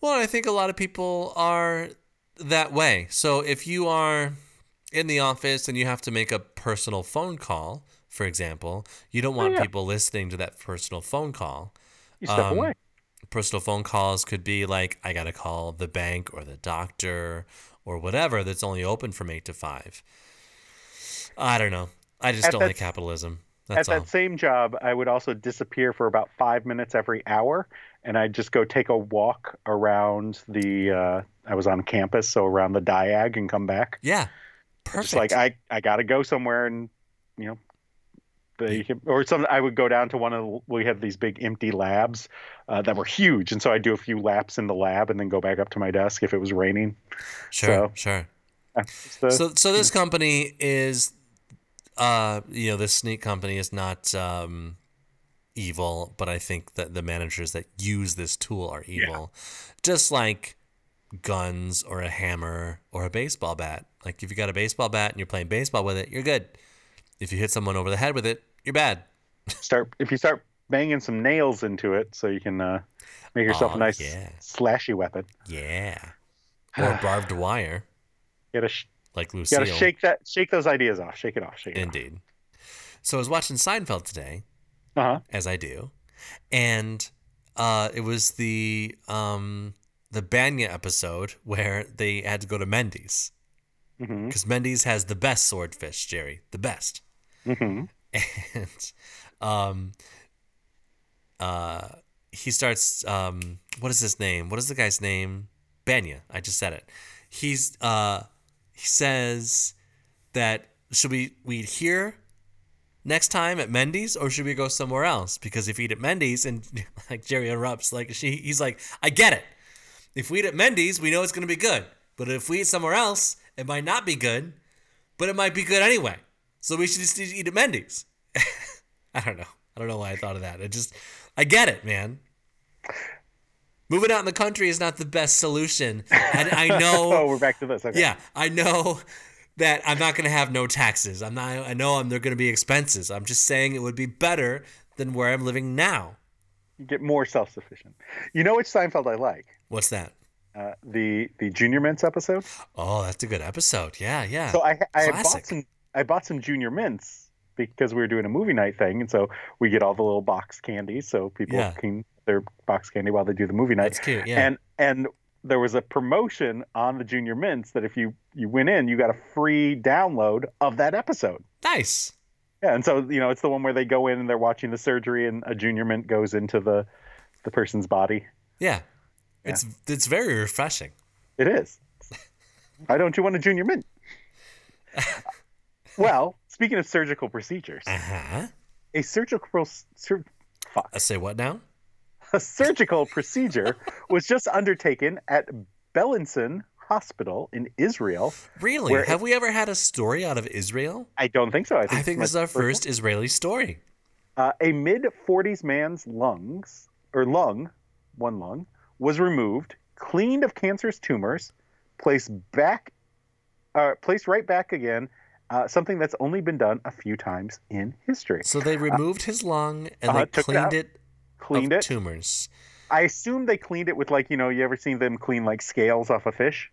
A: Well, I think a lot of people are that way. So if you are in the office and you have to make a personal phone call, for example, you don't want
B: Oh, yeah.
A: people listening to that personal phone call.
B: You step
A: Um,
B: away.
A: Personal phone calls could be like, I got to call the bank or the doctor or whatever that's only open from eight to five. I don't know. I just
B: At
A: don't
B: that-
A: like capitalism.
B: At
A: That's all.
B: that same job, I would also disappear for about five minutes every hour, and I'd just go take a walk around the. Uh, I was on campus, so around the diag, and come back.
A: yeah.
B: Just
A: Perfect.
B: like I, I gotta go somewhere, and you know, they, or some. I would go down to one of the, we have these big empty labs uh, that were huge, and so I'd do a few laps in the lab, and then go back up to my desk if it was raining.
A: sure.
B: so-
A: Sure.
B: That's the-
A: so so this company is uh you know this sneak company is not um evil but i think that the managers that use this tool are evil just like guns or a hammer or a baseball bat like if you got a baseball bat and you're playing baseball with it you're good if you hit someone over the head with it you're bad
B: start if you start banging some nails into it, so you can uh, make yourself
A: Aw,
B: a nice
A: yeah.
B: slashy weapon.
A: yeah or barbed wire
B: Get a sh-
A: like
B: You
A: lucille
B: gotta shake that, shake those ideas off. Shake it off. Shake it.
A: indeed so i was watching seinfeld today
B: off. Uh huh.
A: as I do, and uh, it was the um, the Banya episode where they had to go to Mendy's
B: Mm-hmm.
A: because Mendy's has the best swordfish, Jerry, the best,
B: Mm-hmm.
A: and um, uh, he starts. Um, what is his name? What is the guy's name? Banya. I just said it. He's uh, he says that should we we eat here next time at Mendy's or should we go somewhere else? Because if we eat at Mendy's and like Jerry erupts, like she, he's like, I get it. If we eat at Mendy's, we know it's gonna be good. But if we eat somewhere else, it might not be good, but it might be good anyway. So we should just eat at Mendy's. I don't know. I don't know why I thought of that. It just, I get it, man. Moving out in the country is not the best solution. And I know
B: Oh, we're back to this. Okay.
A: yeah, I know that I'm not going to have no taxes. I'm not. I know I'm. There are going to be expenses. I'm just saying it would be better than where I'm living now.
B: You get more self-sufficient. You know which Seinfeld I like?
A: What's that?
B: Uh, the the Junior Mints episode.
A: Oh, that's a good episode. Yeah, yeah.
B: So I I had
A: Classic.
B: bought some I bought some Junior Mints because we were doing a movie night thing, and so we get all the little box candies, so people
A: Yeah.
B: can their box candy while they do the movie night.
A: that's cute. Yeah.
B: And and there was a promotion on the Junior Mints that if you you went in, you got a free download of that episode.
A: nice.
B: Yeah, and so you know, it's the one where they go in and they're watching the surgery, and a junior mint goes into the the person's body.
A: Yeah. It's it's very refreshing.
B: It is. Why don't you want a junior mint? well, speaking of surgical procedures,
A: Uh huh.
B: a surgical sur-
A: I say what now?
B: a surgical procedure was just undertaken at Belenson Hospital in Israel.
A: Really?
B: Where-
A: Have we ever had a story out of Israel?
B: I don't think so. I think,
A: I think
B: it's
A: this is our
B: much-
A: first Israeli story.
B: Uh, a mid 40s man's lungs, or lung, one lung, was removed, cleaned of cancerous tumors, placed back, uh, placed right back again, uh, something that's only been done a few times in history.
A: So they removed his lung and
B: uh-huh,
A: they
B: took it
A: cleaned
B: out,
A: it,
B: Cleaned
A: of
B: it.
A: tumors.
B: I assume they cleaned it with, like, you know, you ever seen them clean, like, scales off a fish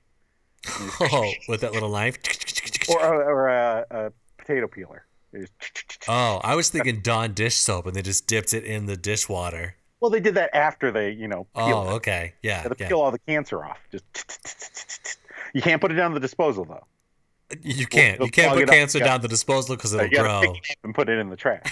A: Oh, with that little knife.
B: or, or, or a, a potato peeler? They just-
A: Oh, I was thinking Dawn dish soap, and they just dipped it in the dishwater.
B: Well, they did that after they, you know, peeled
A: Oh,
B: it.
A: okay, yeah,
B: Yeah, they
A: yeah.
B: peel all the cancer off. Just you can't put it down the disposal though.
A: You can't,
B: It'll
A: you can't
B: clog
A: put
B: it up,
A: cancer
B: yeah.
A: down the disposal because it'll
B: You gotta
A: grow.
B: pick it up and put it in the trash.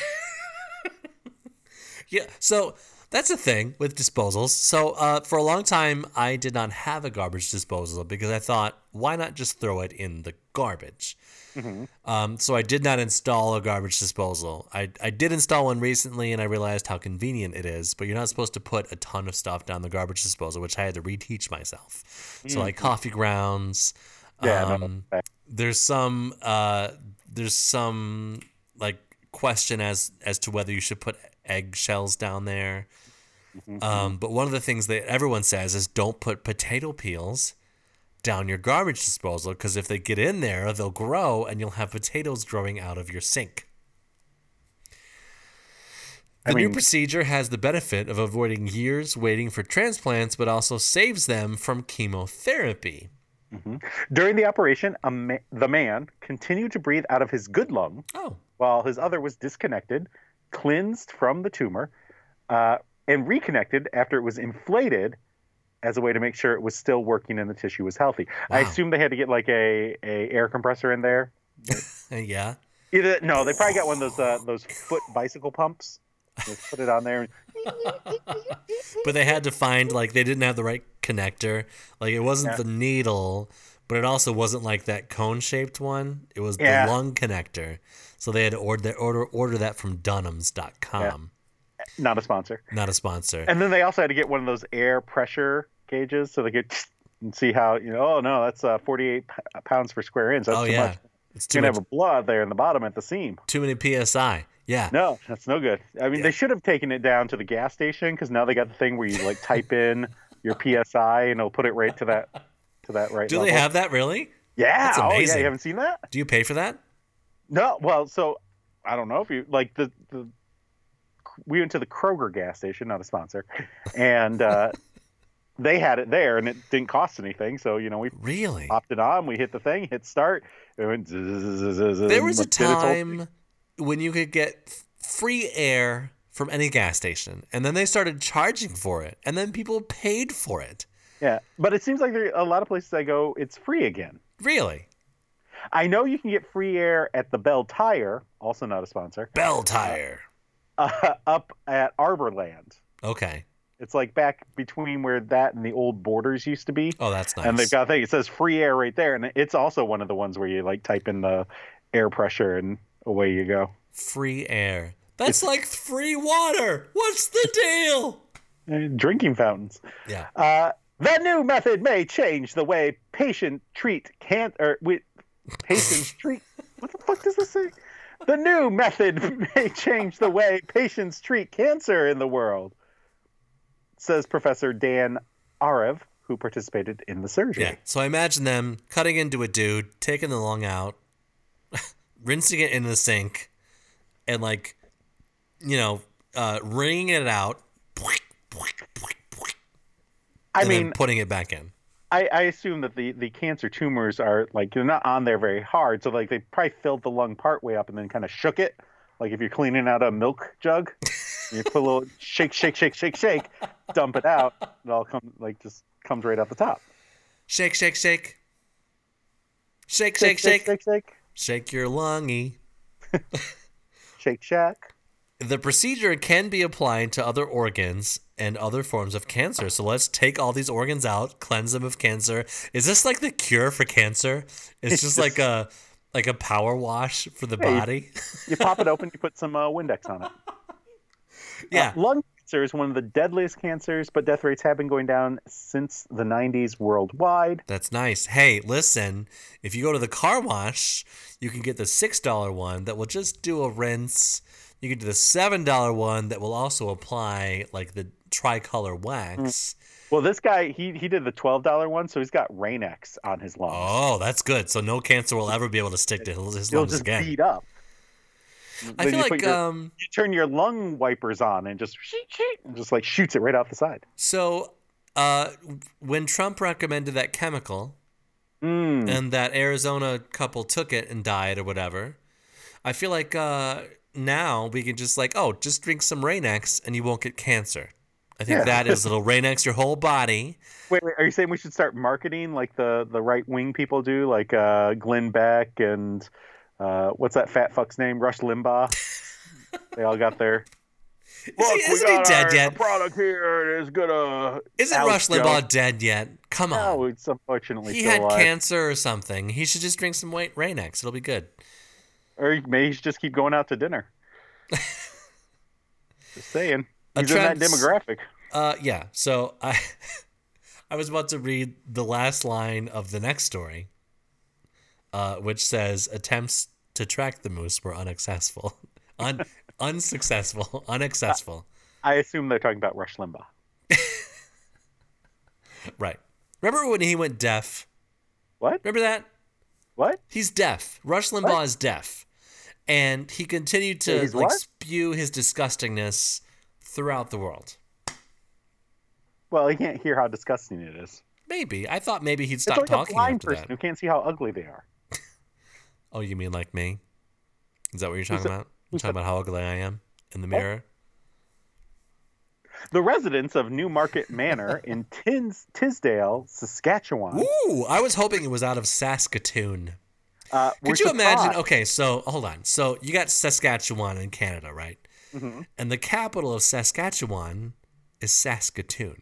A: Yeah, so that's a thing with disposals. So uh, for a long time, I did not have a garbage disposal because I thought, why not just throw it in the garbage?
B: Mm-hmm.
A: Um, so I did not install a garbage disposal. I, I did install one recently and I realized how convenient it is, but you're not supposed to put a ton of stuff down the garbage disposal, which I had to reteach myself. So like coffee grounds.
B: Mm-hmm. Yeah, no,
A: um,
B: that-
A: there's some uh, there's some like question as as to whether you should put eggshells down there.
B: Mm-hmm.
A: Um, but one of the things that everyone says is don't put potato peels down your garbage disposal because if they get in there, they'll grow and you'll have potatoes growing out of your sink. The
B: I
A: new
B: mean-
A: procedure has the benefit of avoiding years waiting for transplants, but also saves them from chemotherapy.
B: Mhm. During the operation, a ma- the man continued to breathe out of his good lung
A: Oh,
B: while his other was disconnected, cleansed from the tumor, uh, and reconnected after it was inflated as a way to make sure it was still working and the tissue was healthy. I
A: Wow.
B: assume they had to get like a, a air compressor in there.
A: Uh, yeah.
B: Either no, they probably got one of those uh, those foot bicycle pumps. They put it on there.
A: But they had to find like they didn't have the right connector. Like it wasn't
B: Yeah.
A: the needle, but it also wasn't like that cone-shaped one. It was
B: Yeah.
A: the lung connector. So they had to order order order that from Dunham's.com.
B: Not a sponsor.
A: Not a sponsor.
B: And then they also had to get one of those air pressure gauges so they could and see how you know. Oh no, that's uh, 48 p- pounds per square inch. That's
A: oh
B: too
A: yeah.
B: much.
A: It's
B: You're
A: too
B: gonna
A: much,
B: have a blood there in the bottom at the seam.
A: too many psi. Yeah.
B: No, that's no good. I mean,
A: Yeah.
B: they should have taken it down to the gas station because now they got the thing where you like type in your PSI and it'll put it right to that to that right.
A: Do they
B: level.
A: have that really?
B: Yeah.
A: That's
B: Oh yeah.
A: amazing.
B: You haven't seen that?
A: Do you pay for that?
B: No. Well, so I don't know if you like the the. We went to the Kroger gas station, not a sponsor, and uh, they had it there, and it didn't cost anything. So you know, we
A: Really?
B: popped it on, we hit the thing, hit start, it went.
A: There was a
B: did its whole thing.
A: time when you could get f- free air from any gas station, and then they started charging for it, and then people paid for it.
B: Yeah, but it seems like there a lot of places I go, it's free again.
A: Really?
B: I know you can get free air at the Bell Tire, also not a sponsor,
A: Bell tire.
B: uh, up at Arborland.
A: Okay.
B: It's like back between where that and the old Borders used to be.
A: Oh, that's nice.
B: And they've got a thing. It says free air right there, and it's also one of the ones where you like type in the air pressure and away you go.
A: free air. That's like free water. What's the deal?
B: Uh, Drinking fountains.
A: Yeah.
B: Uh, the new method may change the way patient treat can or with patients treat. What the fuck does this say? The new method may change the way patients treat cancer in the world, says Professor Dan Arev, who participated in the surgery.
A: Yeah. So I imagine them cutting into a dude, taking the lung out, rinsing it in the sink, and like, you know, uh, wringing it out.
B: I
A: and then
B: mean,
A: putting it back in.
B: I, I assume that the, the cancer tumors are like they're not on there very hard, so like they probably filled the lung part way up and then kind of shook it, like if you're cleaning out a milk jug, you put a little shake, shake, shake, shake, shake, dump it out, it all comes like just comes right out the top.
A: Shake, shake, shake. Shake, shake, shake.
B: shake, shake,
A: Shake your lungy.
B: shake, shack.
A: The procedure can be applied to other organs and other forms of cancer. So let's take all these organs out, cleanse them of cancer. Is this like the cure for cancer? It's just like a like a power wash for the
B: Hey.
A: body.
B: You pop it open, you put some uh, Windex on it.
A: yeah.
B: Uh, lung cancer is one of the deadliest cancers, but death rates have been going down since the 90s worldwide.
A: That's nice. Hey, listen, if you go to the car wash, you can get the $6 one that will just do a rinse. You can do the $7 one that will also apply like the tricolor
B: Mm.
A: wax.
B: Well, this guy he he did the twelve dollar one, so he's got Rain-X on his lungs.
A: Oh, that's good. So no cancer will ever be able to stick to his his
B: It'll
A: lungs
B: just
A: again.
B: beat up.
A: I
B: Then
A: feel
B: you put
A: like
B: your-
A: um
B: you turn your lung wipers on and just sheet, sheet, and just like shoots it right out the side.
A: so uh when Trump recommended that chemical
B: Mm.
A: and that Arizona couple took it and died or whatever, I feel like uh now we can just like, oh, just drink some Rain-X and you won't get cancer. I think
B: Yeah.
A: that is little Rain-X your whole body.
B: Wait, wait, are you saying we should start marketing like the the right wing people do, like uh, Glenn Beck and uh, what's that fat fuck's name, Rush Limbaugh? they all got their. Look,
A: he- isn't
B: we
A: he
B: got
A: dead
B: our
A: yet?"
B: product here. It is gonna.
A: Isn't Rush
B: Alex
A: Limbaugh
B: Jones.
A: dead yet? Come on.
B: No, it's unfortunately
A: he
B: still
A: had
B: alive.
A: cancer or something. He should just drink some white Rain-X. It'll be good.
B: Or maybe he should just keep going out to dinner. just saying.
A: A
B: He's in that
A: trans-
B: demographic.
A: Uh, yeah. So I, I was about to read the last line of the next story, uh, which says attempts to track the moose were unsuccessful, un, unsuccessful, unsuccessful.
B: I assume they're talking about Rush Limbaugh.
A: Right. Remember when he went deaf?
B: What?
A: Remember that?
B: What?
A: He's deaf. Rush Limbaugh is deaf, and he continued to
B: He's
A: like
B: what?
A: spew his disgustingness throughout the world.
B: Well, he can't hear how disgusting it is.
A: Maybe I thought maybe he'd
B: It's
A: stop
B: like a
A: talking
B: blind
A: after
B: person
A: that.
B: who can't see how ugly they are.
A: Oh, you mean like me? Is that what you're talking
B: said-
A: about?
B: who
A: You're talking
B: said-
A: about how ugly I am in the mirror?
B: The residents of Newmarket Manor in Tins, Tisdale, Saskatchewan.
A: Ooh, I was hoping it was out of Saskatoon.
B: Uh, were
A: Could you imagine?
B: surprised-
A: Okay, so hold on. So you got Saskatchewan in Canada, right?
B: Mhm.
A: And the capital of Saskatchewan is Saskatoon.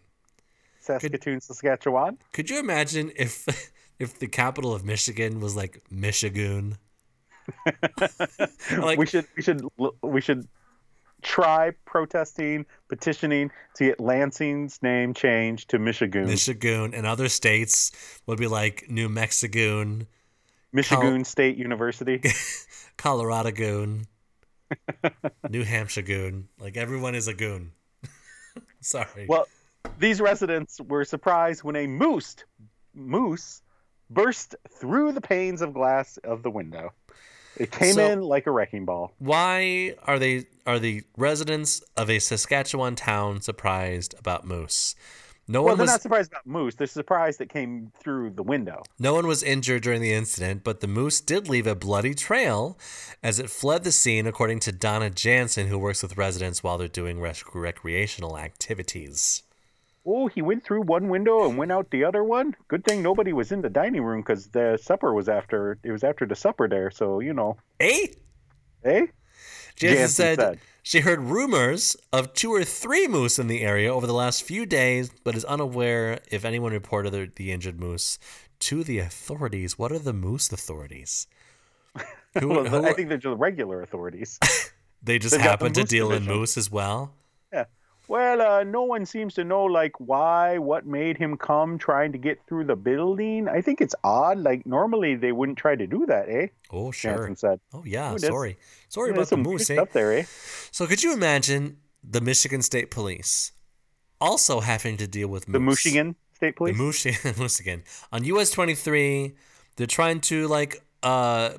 B: Saskatoon, Saskatchewan.
A: Could you imagine if if the capital of Michigan was like Michigan? like
B: we should we should l- we should try protesting, petitioning to get Lansing's name changed to Michigan.
A: Michigan and other states would be like New Mexico,
B: Michigan State University.
A: Colorado goon, New Hampshire goon. Like everyone is a goon. Sorry.
B: Well, these residents were surprised when a moose moose burst through the panes of glass of the window. It came
A: So-
B: in like a wrecking ball.
A: why are they are the residents of a Saskatchewan town surprised about moose? No
B: Well,
A: one
B: they're
A: was
B: not surprised about moose. They're surprised that came through the window.
A: no one was injured during the incident, but the moose did leave a bloody trail as it fled the scene, according to Donna Jansen, who works with residents while they're doing rec- recreational activities.
B: Oh, he went through one window and went out the other one. Good thing nobody was in the dining room because the supper was after. It was after the supper there, so you know.
A: Eh?
B: Eh?
A: Jansen,
B: Jansen
A: said,
B: said.
A: she heard rumors of two or three moose in the area over the last few days, but is unaware if anyone reported the, the injured moose to the authorities. What are the moose authorities? Who,
B: Well,
A: who-
B: I think they're just regular authorities.
A: they just
B: they've got the
A: happen to
B: moose
A: deal in
B: division. uh, eh?
A: Oh, eh?
B: eh?
A: uh, Um, Um,
B: Mm-hmm.
A: um, uh,
B: uh, ah,
A: Uh,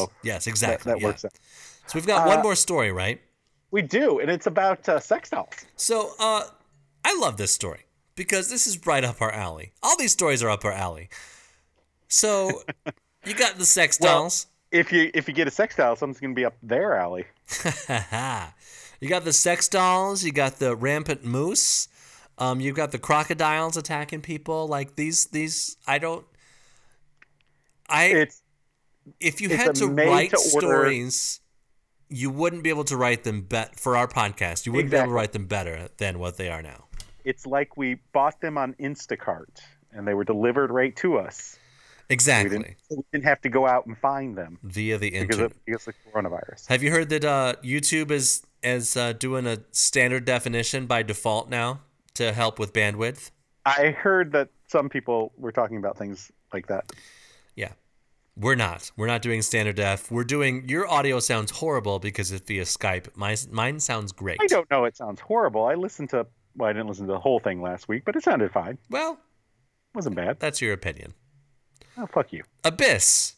B: uh,
A: uh, You got the sex dolls. You got the rampant moose. Um, you've got the crocodiles attacking people. Like these, these I don't. I
B: It's
A: if you
B: it's
A: had
B: a
A: to
B: made
A: write
B: to order-
A: stories, you wouldn't be able to write them bet for our podcast. You wouldn't be able to
B: Exactly.
A: write them better than what they are now.
B: it's like we bought them on Instacart and they were delivered right to us. We didn't,
A: Exactly
B: we didn't have to go out and find them
A: via the
B: because
A: internet.
B: of, because of the coronavirus.
A: Have you heard that uh, YouTube is is uh, doing a standard definition by default now to help with bandwidth?
B: I heard that some people were talking about things like that.
A: Yeah. We're not. We're not doing standard def. We're doing your audio sounds horrible because it's via Skype. My mine sounds great.
B: I don't know. It sounds horrible. I listened to, well, I didn't listen to the whole thing last week, but it sounded fine. It
A: Well,
B: wasn't bad.
A: that's your opinion.
B: Oh, fuck you.
A: Abyss,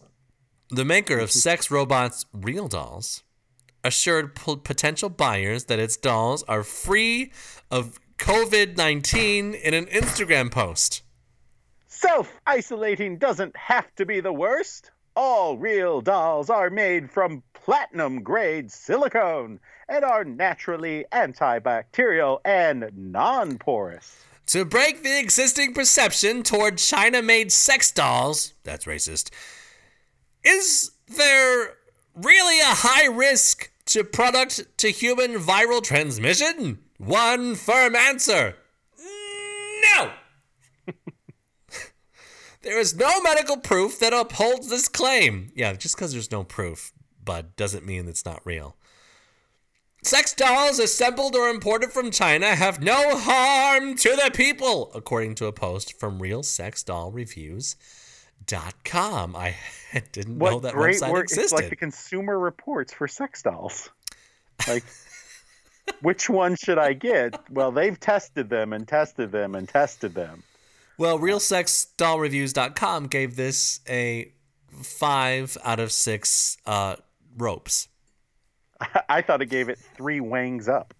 A: the maker of sex robots Real Dolls, assured po- potential buyers that its dolls are free of COVID 19 in an Instagram post.
B: Self isolating doesn't have to be the worst. All real dolls are made from platinum grade silicone and are naturally antibacterial and non porous.
A: To break the existing perception toward China made sex dolls, that's racist, is there really a high risk to product to human viral transmission? One firm answer no! there is no medical proof that upholds this claim. Yeah, just because there's no proof, bud, doesn't mean it's not real. Sex dolls assembled or imported from China have no harm to the people, according to a post from realsexdollreviews.com. I didn't
B: What
A: know that
B: great
A: website
B: word! It's
A: existed.
B: like the Consumer Reports for sex dolls. Like, which one should I get? Well, they've tested them and tested them and tested them.
A: Well, realsexdollreviews.com gave this a 5 out of 6 uh, ropes.
B: I thought it gave it three wangs up.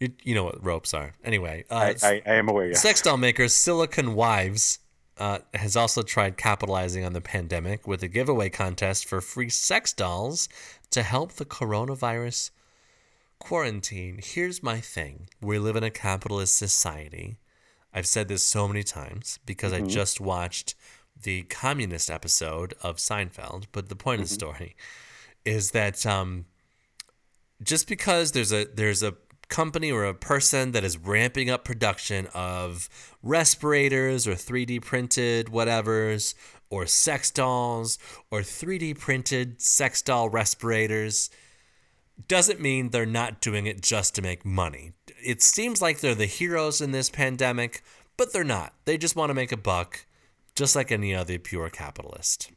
A: You, you know what ropes are. Anyway, uh,
B: I, I, I am aware. Yeah.
A: Sex doll maker Silicon Wives uh, has also tried capitalizing on the pandemic with a giveaway contest for free sex dolls to help the coronavirus quarantine. Here's my thing we live in a capitalist society. I've said this so many times because
B: Mm-hmm.
A: I just watched the communist episode of Seinfeld, but the point of the
B: Mm-hmm.
A: story is that. Um, just because there's a there's a company or a person that is ramping up production of respirators or 3D printed whatevers or sex dolls or 3D printed sex doll respirators doesn't mean they're not doing it just to make money. It seems like they're the heroes in this pandemic, but they're not. They just want to make a buck just like any other pure capitalist.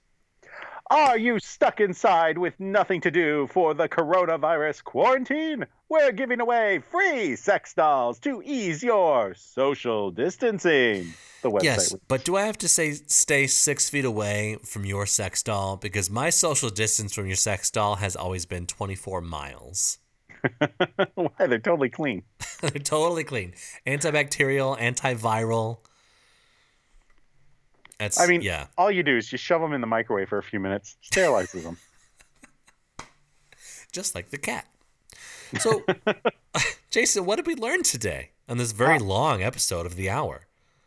B: Are you stuck inside with nothing to do for the coronavirus quarantine? We're giving away free sex dolls to ease your social distancing. The website.
A: Yes, but do I have to say stay six feet away from your sex doll? Because my social distance from your sex doll has always been 24 miles.
B: Why? They're totally clean.
A: They're totally clean, antibacterial, antiviral. That's
B: I mean,
A: yeah.
B: all you do is just shove them in the microwave for a few minutes, sterilizes them.
A: just like the cat. So, Jason, what did we learn today on this very
B: Ah.
A: long episode of the hour?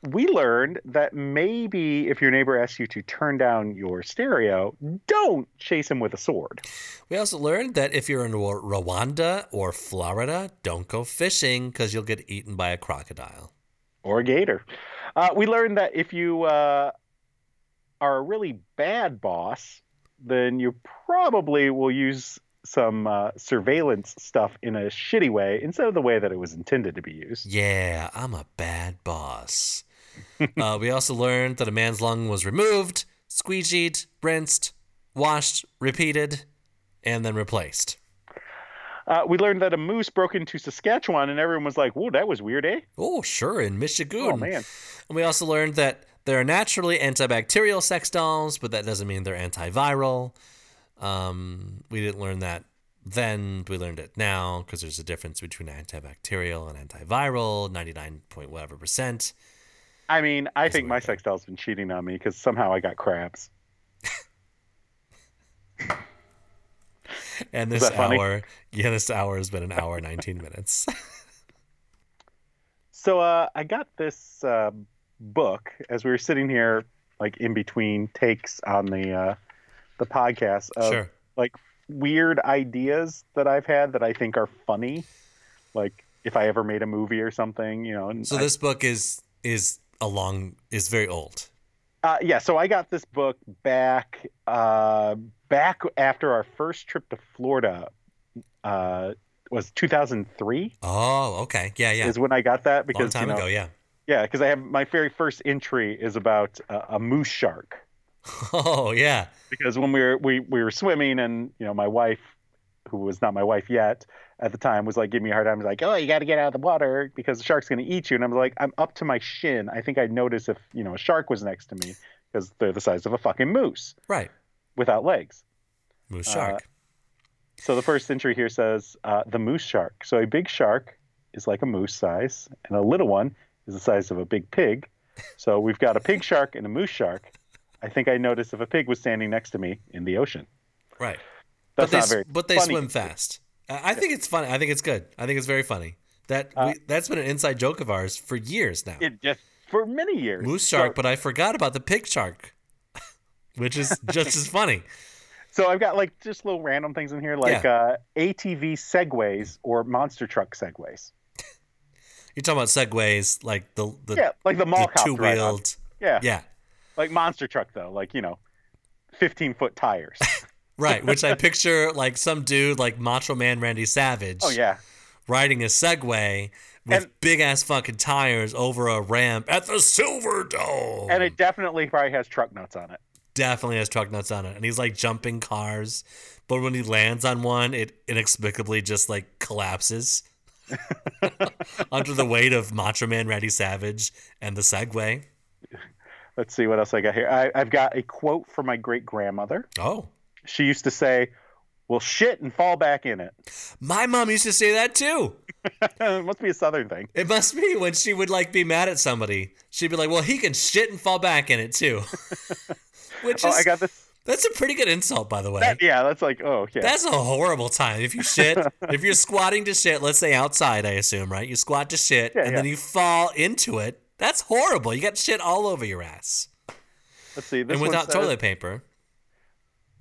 B: we learned that maybe if your neighbor asks you to turn down your stereo, don't chase him with a sword.
A: We also learned that if you're in Rw- Rwanda or Florida, don't go fishing because you'll get eaten by a crocodile.
B: or a gator. Uh, we learned that if you uh, are a really bad boss, then you probably will use some uh, surveillance stuff in a shitty way instead of the way that it was intended to be used.
A: Yeah, I'm a bad boss. uh, we also learned that a man's lung was removed, squeegeed, rinsed, washed, repeated, and then replaced.
B: Uh, we learned that a moose broke into Saskatchewan, and everyone was like, "Whoa, that was weird, eh?"
A: Oh, sure, in Michigan.
B: Oh man,
A: And we also learned that there are naturally antibacterial sex dolls, but that doesn't mean they're antiviral. Um, we didn't learn that then. We learned it now because there's a difference between antibacterial and antiviral, 99 point whatever percent.
B: I mean, I think
A: weird,
B: my
A: though.
B: sex doll's been cheating on me because somehow I got crabs.
A: and this
B: that funny?
A: hour, yeah, this hour has been an hour and 19 minutes.
B: So uh, I got this uh, book as we were sitting here, like in between takes on the uh, the podcast of
A: sure.
B: weird ideas that I've had that I think are funny, like if I ever made a movie or something, you know. And
A: So
B: I-
A: this book is is a long is very old.
B: Uh, yeah, so I got this book back uh, back after our first trip to Florida uh, was 2003
A: Oh, okay. Yeah, yeah.
B: is when I got that
A: Long
B: because
A: time
B: you know,
A: ago, yeah.
B: yeah, because I have my very first entry is about uh, a moose shark
A: Oh, yeah.
B: because when we were we, we were swimming and you know my wife who was not my wife yet at the time was like giving me a hard time like oh you got to get out of the water because the shark's going to eat you and i'm like i'm up to my shin i think i'd notice if you know a shark was next to me because they're the size of a fucking moose
A: Right.
B: without legs
A: Moose
B: Uh,
A: shark.
B: So the first entry here says uh, the moose shark. So a big shark is like a moose size, and a little one is the size of a big pig. So we've got a pig shark and a moose shark. I think I noticed if a pig was standing next to me in the ocean.
A: right. but
B: That's
A: they,
B: not very.
A: but they
B: funny.
A: swim fast. I I think it's funny. I think it's good. I think it's very funny. That
B: Uh,
A: we, that's been an inside joke of ours for years now.
B: It just for many years.
A: Moose shark, but I forgot about the pig shark, which is just as funny.
B: So, so I've got like just little random things in here, like uh, ATV segways or monster truck segways.
A: You're talking about segways, like the the,
B: Yeah, like the mall
A: the
B: cop
A: two
B: ride on-
A: wheeled.
B: Yeah,
A: Yeah,
B: like monster truck though, like you know, fifteen foot tires.
A: right. Which I picture like some dude like Macho Man Randy Savage.
B: oh yeah.
A: riding a Segway with
B: And-
A: big ass fucking tires over a ramp at the Silver Dome.
B: and it definitely probably has truck notes on it.
A: definitely has truck nuts on it, and he's like jumping cars, but when he lands on one, it inexplicably just like collapses under the weight of Macho Man Randy Savage and the Segway.
B: Let's see what else I got here. I, I've got a quote from my great grandmother.
A: Oh,
B: She used to say, "Well, shit and fall back in it."
A: my mom used to say that too.
B: it must be a southern thing.
A: It must be when she would like be mad at somebody. She'd be like, "Well, he can shit and fall back in it too," which
B: Oh,
A: is
B: I got this.
A: that's a pretty good insult, by the way.
B: that- yeah, that's like, oh, yeah.
A: That's a horrible time. If you shit, if you're squatting to shit, let's say outside, I assume, right? You squat to shit
B: Yeah,
A: and
B: yeah.
A: then you fall into it. That's horrible. You got shit all over your ass.
B: Let's see. This
A: and without
B: one says,
A: toilet paper.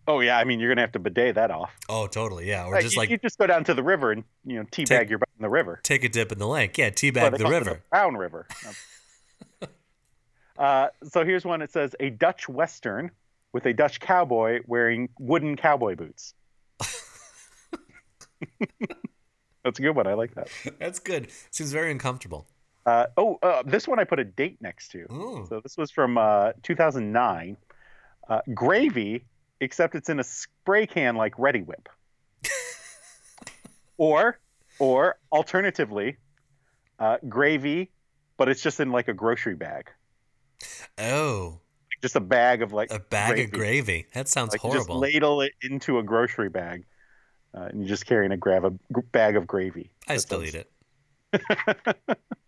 B: Oh yeah, I mean you're gonna have to bidet that off.
A: Oh, totally. Yeah. Or
B: Right,
A: just
B: you,
A: like
B: you just go down to the river and you know teabag
A: Take-
B: your butt in the river.
A: take a dip in the lake. Yeah.
B: Well,
A: Teabag
B: they
A: the
B: call it
A: river.
B: Brown River. uh, so here's one. It says a Dutch western with a Dutch cowboy wearing wooden cowboy boots. That's a good one. I like that.
A: That's good. Seems very uncomfortable.
B: Uh, oh, uh, this one I put a date next to.
A: Ooh.
B: So this was from uh, 2009. Uh, gravy, except it's in a spray can like Ready Whip. or, or alternatively, uh, gravy, but it's just in like a grocery bag,
A: Oh,
B: just a bag of like
A: a bag of
B: Gravy.
A: gravy. That sounds
B: like you just
A: horrible.
B: ladle it into a grocery bag, uh, and you're just carrying a grab a g- bag of gravy.
A: I still eat it.